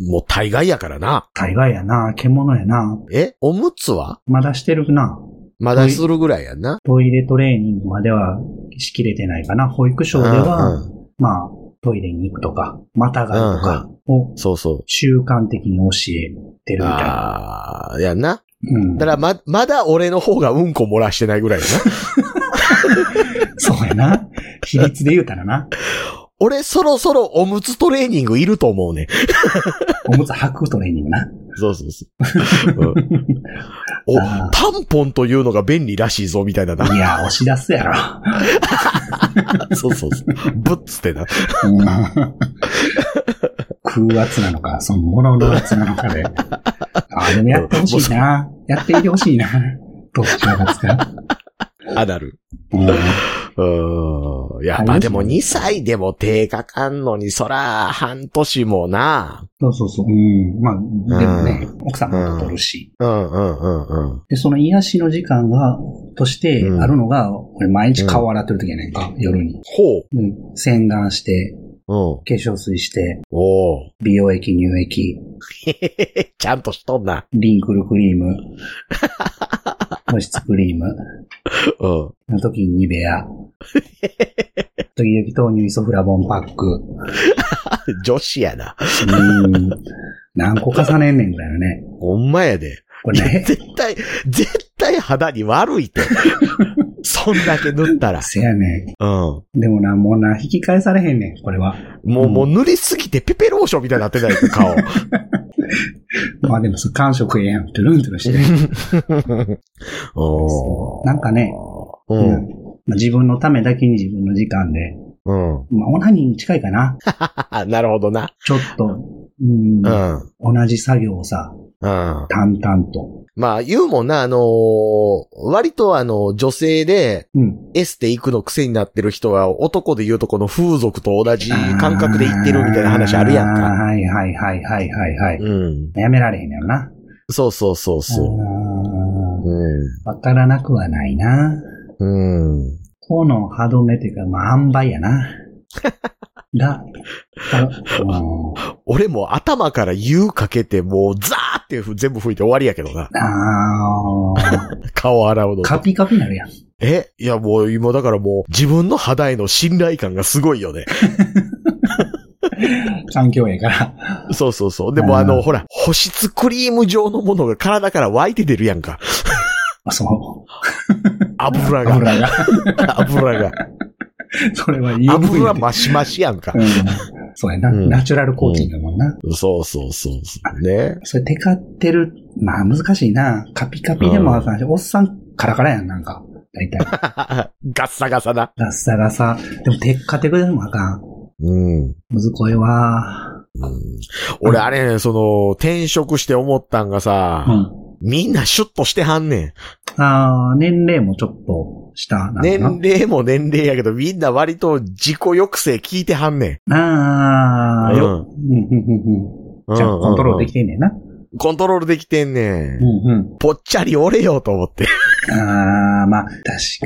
C: も大概やからな。
B: 大概やな、獣やな。
C: えおむつは
B: まだしてるな。
C: まだするぐらいやんな。
B: トイレトレーニングまではしきれてないかな。保育所では、
C: うんうん
B: まあ、トイレに行くとか、またがるとかを
C: そうそう。
B: 習慣的に教えてるみたいな。
C: ああ、やんな。
B: うん。
C: だからま、まだ俺の方がうんこ漏らしてないぐらいや な。
B: そうやな。比率で言うたらな。
C: 俺そろそろおむつトレーニングいると思うね。
B: おむつ履くトレーニングな。
C: そうそうそう。うんお、
B: あ
C: タンポンというのが便利らしいぞ、みたいなな。
B: いや、押し出すやろ。
C: そうそうそう。ぶっつってな。
B: うん 空圧なのか、その物の圧なのかで。あ、でもやってほしいな。やっていてほしいな。どうしようですか。
C: アナル。
B: うん
C: うーん。いや、まあでも2歳でも手かかんのに、そら、半年もな。
B: そうそうそう。うん。まあ、でもね、奥さんも取るし。
C: うんうんうんうん。
B: で、その癒しの時間が、として
C: うん
B: あるのが、俺毎日顔洗ってる時やねんか、夜に。
C: ほう。
B: うん。洗顔して、
C: うん。
B: 化粧水して、
C: おー
B: 美容液、乳液、
C: ちゃんとしとんな。
B: リンクルクリー ム、保湿クリーム、
C: うん。
B: の時にニベア。時々豆乳イソフラボンパック。
C: 女子やな。
B: うん。何個重ねんねんぐらいのね。
C: ほんまやで。
B: これね。
C: 絶対、絶対肌に悪い って。そんだけ塗ったら。
B: せやね
C: うん。も
B: ん。でもな、もうな、引き返されへんねん、これは。
C: う、もう塗りすぎてペペローションみたいになってないか、顔。
B: まあでも、そう感触ええやん。トゥルントゥルンしてる。
C: おー
B: なんかね。
C: う
B: うん
C: ん。
B: まあ自分のためだけに自分の時間で。
C: うん。
B: まあ、オナニーに近いか な。
C: あ、なるほどな。
B: ちょっと、うん、
C: うん。うん。
B: 同じ作業をさ、
C: ま
B: 淡々と。
C: あ、言うもんな、あのー割とあの、女性で、
B: うん。
C: エステ行くの癖になってる人は、男で言うとこの風俗と同じ感覚で行ってるみたいな話あるやん
B: あー
C: か。
B: はいはいはいはいはいはい。
C: うん。
B: やめられへんやろな。
C: そうそうそうそうう。うん。
B: ん。わからなくはないな。
C: うん。
B: この歯止めというか、まあ、塩梅や な。が、あのうん
C: 俺も頭から湯かけて、もうザーって全部吹いて終わりやけど な。
B: あー
C: 顔洗うの。
B: カピカピになるやん。
C: えいやもう今だからもう自分の肌への信頼感がすごい よね。
B: 環境やから。
C: そうそうそう。でもあ
B: う
C: の、
B: ん
C: ほら、保湿クリーム状のものが体から湧いて出るやんか。
B: あそう。
C: 油が。
B: 油が。
C: 油 が。
B: それは言う
C: 油マシマシやんか。
B: うん。そうやな。
C: うん
B: ナチュラルコーティングだもんな。
C: そうそうそうそう。ね。
B: それ、テカってる。まあ、難しいな。カピカピでもあかんし、おっさんカラカラやん、なんか。大体。
C: ガッサガサな。
B: ガッサガサ。でも、テッカテカでもあかん。
C: うん。
B: むずこいわ。
C: うん俺あれね、その、転職して思ったんがさ、
B: うん。
C: みんなシュッとしてはんねん。
B: ああ、年齢もちょっと下なの
C: 年齢も年齢やけど、みんな割と自己抑制聞いてはんねん。
B: かな。ああ、
C: うん
B: よ、うん、うん、うん。じゃあ、コントロールできてんねんな。
C: うんコントロールできてんね。
B: うんん、
C: ぽっちゃりおれよと思って。
B: うん。ああ、まあ、確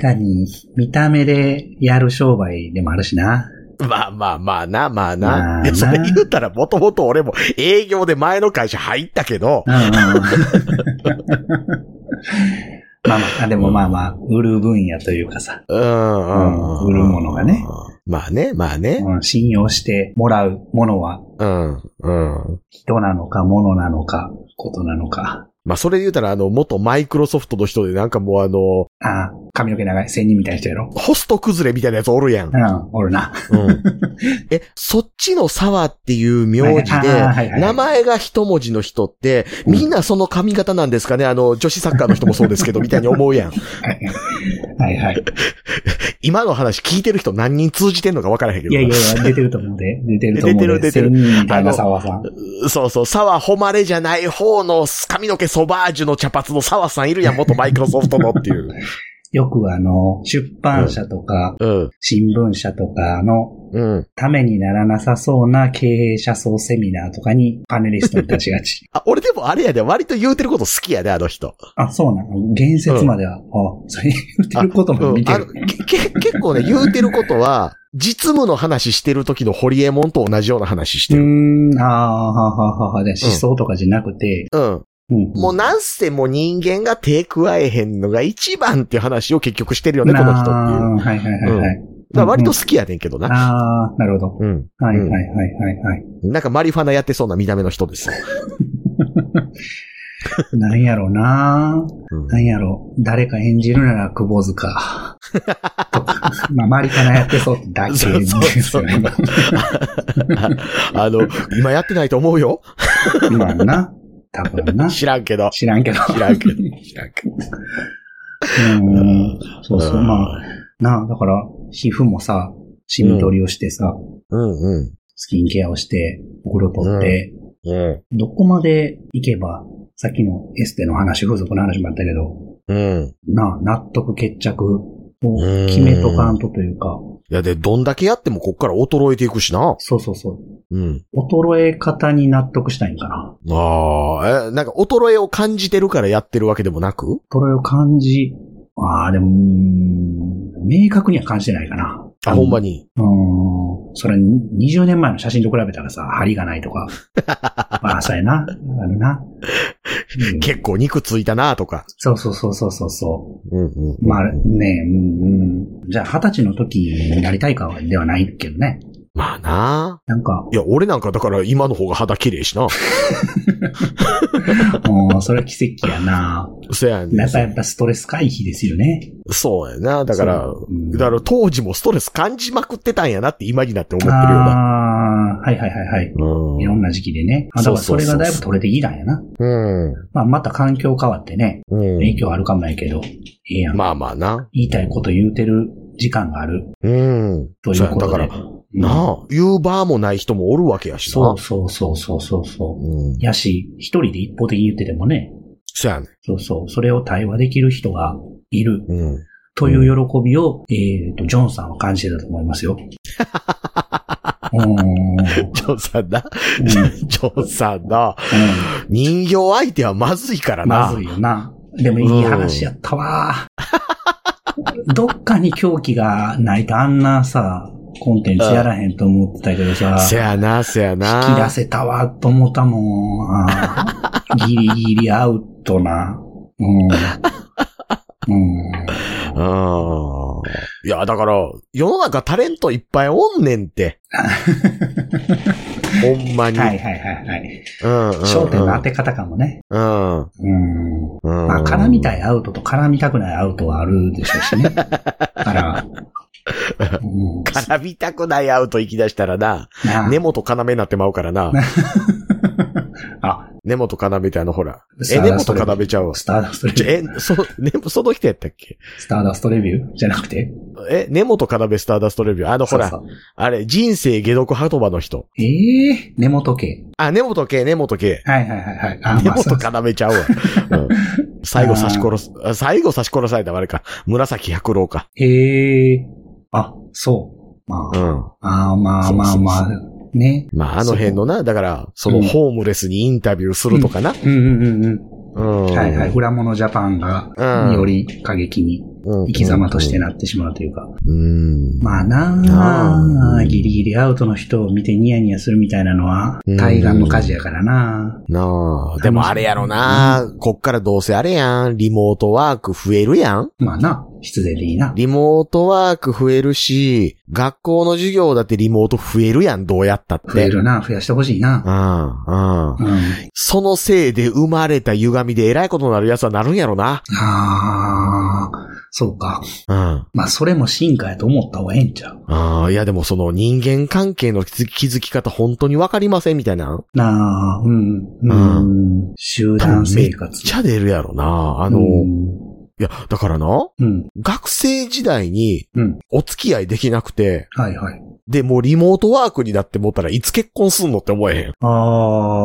B: かに、見た目でやる商売でもあるしな。
C: まあまあまあな、まあ
B: まあ
C: な。
B: な
C: で、 それ言うたらもともと俺も営業で前の会社入ったけど、
B: うん、うん。 まあまあ、でもまあまあ、売る分野というかさ、
C: うん、うん
B: うん売るものがね。
C: まあね、まあね。
B: うん、信用してもらうものは
C: うん、うん。
B: 人なのか、物なのか、ことなのか。
C: まあそれ言うたらあの、元マイクロソフトの人でなんかもうあの、
B: ああ、髪の毛長い、仙人みたいな人やろ。
C: ホスト崩れみたいなやつおるやん
B: う。ん、おるな。
C: うん。え、そっちの沢っていう名字
B: はいはいはいはいは
C: で、
B: い
C: 名前が一文字の人って、
B: うん
C: みんなその髪型なんですかねあの、女子サッカーの人もそうですけど、みたいに思う やん。
B: はいはいはい。
C: 今の話聞いてる人何人通じてんのか分からへんけど。
B: いやいやいや、出てると思うで。出てると思うで。
C: 出てる出てる
B: 仙人みたいな沢さん。
C: そうそう、沢誉れじ ゃない方の髪の毛ソバージュの茶髪の沢さんいるやん、元マイクロソフトのっていう。
B: よくあの、出版社とか、
C: うん。
B: 新聞社とかの
C: うん。
B: ためにならなさそうな経営者層セミナーとかにパネリストに立ちがち。
C: あ、俺でもあれやで、割と言うてること好きやで、あ の人。
B: あ、そうなの言説までは、あ、それ言ってることも見てる。
C: うんあのけ結構ね、言うてることは、実務の話してる時のホリエモンと同じような話し
B: う
C: てる。
B: ーん、ああ、はははは、で思想とかじゃなくて、
C: うん。
B: うん。
C: もうなんせもう人間が手加えへんのが一番っていう話を結局してるよね、この人っていう。だか
B: あーはいはいはいはい。
C: ら割と好きやねんけどな。
B: ああ、なるほど。
C: うん。
B: はいは
C: う
B: い
C: ん
B: はいはいはい。
C: なんかマリファナやってそうな見た目の人です。
B: なんやろうな
C: うん
B: なんやろう。誰か演じるなら久保 塚。とかまあ、周りからやってそうだけですよね。
C: あの、今やってないと思うよ。
B: 今のな。多分な。
C: 知らんけど。
B: 知らんけど。
C: 知らんけど。知らんけど。
B: うん。そうそう。まあ、
C: あ。
B: なあ、だから、皮膚もさ、シミ取りをしてさ、
C: うんう
B: スキンケアをして、お風呂取って、
C: ん。う
B: どこまで行けば、さっきのエステの話、風俗の話もあったけど、
C: ん。うん。
B: なあ、納得決着を決めとかんとというか、
C: いやで、どんだけやってもこっから衰えていくしな。
B: そうそうそう。
C: うん。
B: 衰え方に納得したいんかな。
C: ああ、え、なんか衰えを感じてるからやってるわけでもなく
B: 衰えを感じ、ああ、でも、うーん明確には感じてないかな。
C: あ、ほんま
B: に。
C: に。
B: うーん。それ、20年前の写真と比べたらさ、針がないと か。まあ、そうやな。あるな。うん
C: 結構肉ついたなとか。
B: そうそうそうそうそうそ
C: うんうん
B: う。まあ、ねうん、うん。じゃあ、二十歳の時になりたいかはではないけどね。
C: まあな。
B: なんか、
C: いや、俺なんかだから今の方が肌綺麗 しな。
B: もう、それは奇跡やな。
C: そやね
B: やっぱやっぱストレス回避ですよね。
C: そうやな。だから、
B: そううん
C: だから当時もストレス感じまくってたんやなって今になって思ってるような。
B: ああー、はいはいはいはい。
C: うん
B: いろんな時期でね。あ、だからそれがだいぶ取れてきたんやな。
C: うん。
B: まあ、また環境変わってね、
C: うん。
B: 影響あるかもやけど、ええやん。
C: まあまあな。
B: 言いたいこと言うてる時間がある
C: うん。
B: ということ
C: そう
B: で。
C: やだから、なあ、言うバーもない人もおるわけやしな。
B: そうそうそうそうそうそう。
C: うん。
B: やし、一人で一方的に言っててもね、
C: そやね。
B: そうそう、それを対話できる人がいる
C: うん。
B: という喜びを、えっ、と、ジョンさんは感じてたと思い ますよ。うーんうん
C: ジョンさんな。ジョンさんな。人形相手はまずいからな。
B: まずいよな。でもいい話やった わ。どっかに狂気がないとあんなさ、コンテンツやらへんと思ってたけどさ、
C: せやな、せやな。
B: 引き出せたわと思ったもんあ ー。ギリギリアウトな。うん。 うん。
C: うん。いや、だから、世の中タレントいっぱいおんね んって。ほんまに。
B: はいはいはいはい。
C: うん、うん。
B: 焦点の当て方かもね。
C: うん。うん。
B: うん。ま
C: ま
B: あ、絡みたいアウトと絡みたくないアウトはあるでしょうしね。だ から。うん
C: 絡みたくないアウト行き出したらな、
B: なあ
C: 根本要になってまうからな。
B: あ、
C: 根本要ってあのほら。
B: ス
C: え、
B: ター
C: 根
B: ダスト
C: 本
B: レビュー。
C: 要ちゃうわ。
B: スターダストレビ
C: ち
B: ュ
C: ょ
B: ー。
C: え、そ、ね、その人やったっけ
B: スターダストレビューじゃなくて。
C: え、根本要スターダストレビュー。あのほら、
B: そうそう
C: あれ、人生解毒波止場の人。
B: ええ根元系。
C: あ、根本系、根本系。
B: はいはいはいはい。あ、
C: 根
B: まあそう
C: 本要ちゃうわ。うん最後刺し殺す、あ最後刺し殺されたわあれか。紫百郎か。
B: へえ。あ、そう。ま
C: う
B: あ、
C: ん。
B: あーまあ
C: そう
B: ま
C: そ
B: あ
C: うそう
B: まあ、ね。
C: まあ、あの辺のな、だから、そ
B: うん
C: のホームレスにインタビューするとかな。
B: うんうんうんう
C: うん。
B: ん。はいはい。裏物ジャパンが、
C: うん
B: より過激に
C: うん
B: 生き様として。なってしまうというか。
C: うん。
B: まあ
C: な
B: なあ
C: あ
B: ギリギリアウトの人を見てニヤニヤするみたいなのは、対岸の火事やからな
C: なあ。でもあれやろな。こっからどうせあれやん。リモートワーク増えるやん。
B: まあな、必然でいいな。
C: リモートワーク増えるし、学校の授業だってリモート増えるやん。どうやったって。
B: 増えるな、増やしてほしいな。
C: うん、うん。
B: うん。
C: そのせいで生まれた歪みで偉いことになるやつはなるんやろな。
B: ああ、そうか。
C: うん。
B: まあそれも進化やと思った方がええんちゃう。
C: ああ、いやでもその人間関係の気づ気づき方本当にわかりませんみたいな。
B: なあ、うん、うん、集団生活。
C: ちゃ出るやろな。あ
B: あ
C: の、い
B: うん、
C: や、だからな、
B: うん、
C: 学生時代に
B: うん
C: お付き合いできなくて、
B: はいはい。
C: で、もうリモートワークになってもったらいつ結婚すんのって思えへん。
B: ああ、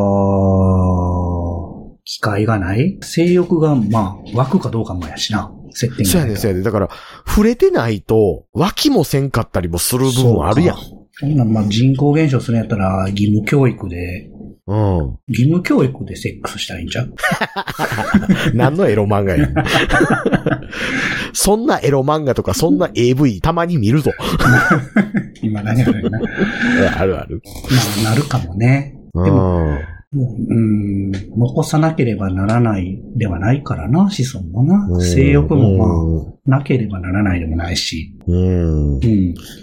B: 機会がない性欲が、まあ、湧くかどうかもやしな。セッティング
C: そうやねん、そうやねん。だから、触れてないと、脇もせんかったりもする部分あるやん。
B: そうかそんなん、まあ、人口減少するんやったら、義務教育で、
C: うん。
B: 義務教育でセックスしたらいいんちゃう
C: 何のエロ漫 画や。そんなエロ漫画とか、そんな AV たまに見るぞ。
B: 今何や るな。ま
C: あるある。
B: あ、なるかもね。
C: う
B: で
C: ん。
B: もううん、残さなければならないではないからな、子孫も
C: うん
B: な。性欲もまあ、なければならないでもないし。
C: うん。う
B: う。
C: ん
B: ん。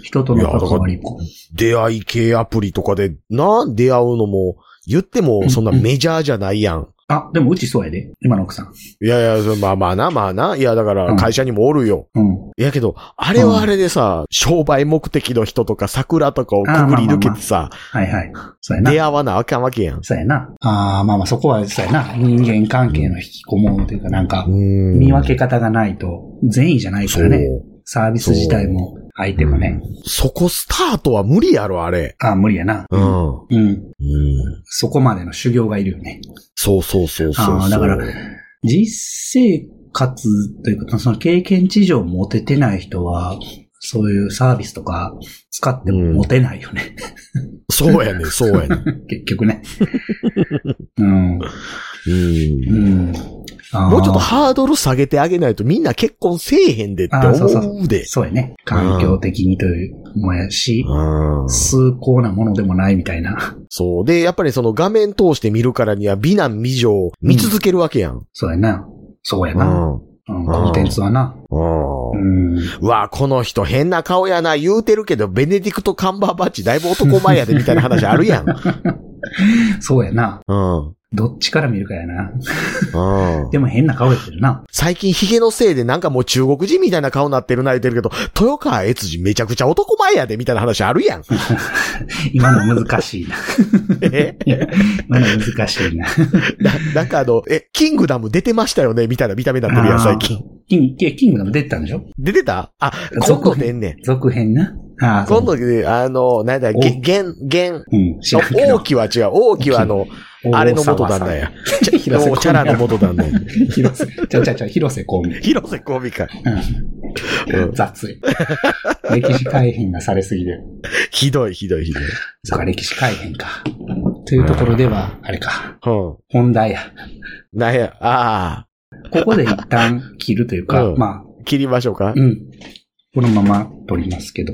B: 人との関わりも。
C: 出会い系アプリとかで、な、出会うのも、言ってもそんなメジャーじゃないやん。
B: あ、でもうちそうやで。今の奥さん。
C: いやいやそう、まあまあな、まあな。いや、だか
B: う
C: ら
B: ん
C: 会社にもおるよ。
B: うん。
C: いやけど、あれはあれでさ、商売目的の人とか桜とかをくぐり抜けてさ、
B: はいはい。そうやな
C: 出。会わなあかんわけやん。
B: そうやな。ああ、まあまあそこはそうやな。人間関係の引きこもというかなんか、見
C: 見
B: 分け方がないと、善意じゃないからね。サービス自体も、相手もね。
C: そこスタートは無理やろ、あれ。
B: ああ、無理やな。
C: う
B: う
C: ん。
B: ん。
C: うん。
B: そこまでの修行がいるよね。
C: そうそうそうそうそう。
B: あーだから実生活というか、その経験値上モテてない人は、そういうサービスとか使ってもモテないよね。
C: そうやね、そうやね。
B: 結局 ね。うん。う。
C: うん
B: ん。あー
C: もうちょっとハードル下げてあげないとみんな結婚せえへんでって
B: あーそうそう
C: 思うで。
B: そうやね。環境的にというもやし、
C: うん
B: 崇高なものでもないみたいな。
C: そう。で、やっぱりその画面通して見るからには美男美女を見続けるわけやん。
B: そうやな。そうや
C: う
B: な。
C: ん。
B: うん、コンテンツはな。
C: うん
B: うん。
C: うわ、この人変な顔やな、言うてるけど、ベネディクト・カンバーバッチだいぶ男前やで、みたいな話ある やん。うん。
B: そうやな。
C: うん。
B: どっちから見るかやな。でも変な顔やってるな。
C: 最近ヒゲのせいでなんかもう中国人みたいな顔なってるな言ってるけど、豊川悦司めちゃくちゃ男前やで、みたいな話あるやん。
B: 今の難しいな。
C: え
B: 今の難しいな。
C: ななんかあの、え、キングダム出てましたよね、みたいな見た目になってるやん、
B: あー
C: 最近。
B: キング、キングダム出てたんでしょ
C: 出てたあ、今
B: 続
C: 度
B: 編
C: 出んねん。
B: 続編な。ああ、そう
C: 今度で、あの、なんだ、
B: お
C: げ、げん、げん。
B: うん、知らんけ
C: 大
B: ど。
C: きは違う。大きはあの、あれの元旦那や。ち ゃ
B: 広瀬
C: おチャラの元旦那や。
B: 広瀬、ちゃうちゃうちゃう、 広瀬香美。
C: 広瀬香美か。
B: うん。雑 い。歴史改変がされすぎる。
C: ひどい、ひどい、ひどい。
B: そっか、歴史改変か。というところでは、あれか。
C: うん。
B: 本題や。
C: なんや、あ
B: ここで一旦切るというか、
C: うん
B: ま
C: あ、切りましょうか
B: あ、う。ん。このまま取りますけど。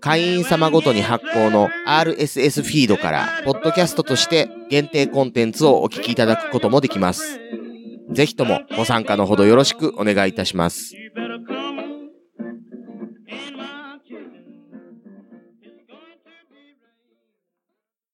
A: 会員様ごとに発行の RSS フィードから、ポッドキャストとして限定コンテンツをお聞きいただくこともできます。ぜひともご参加のほどよろしくお願いいたします。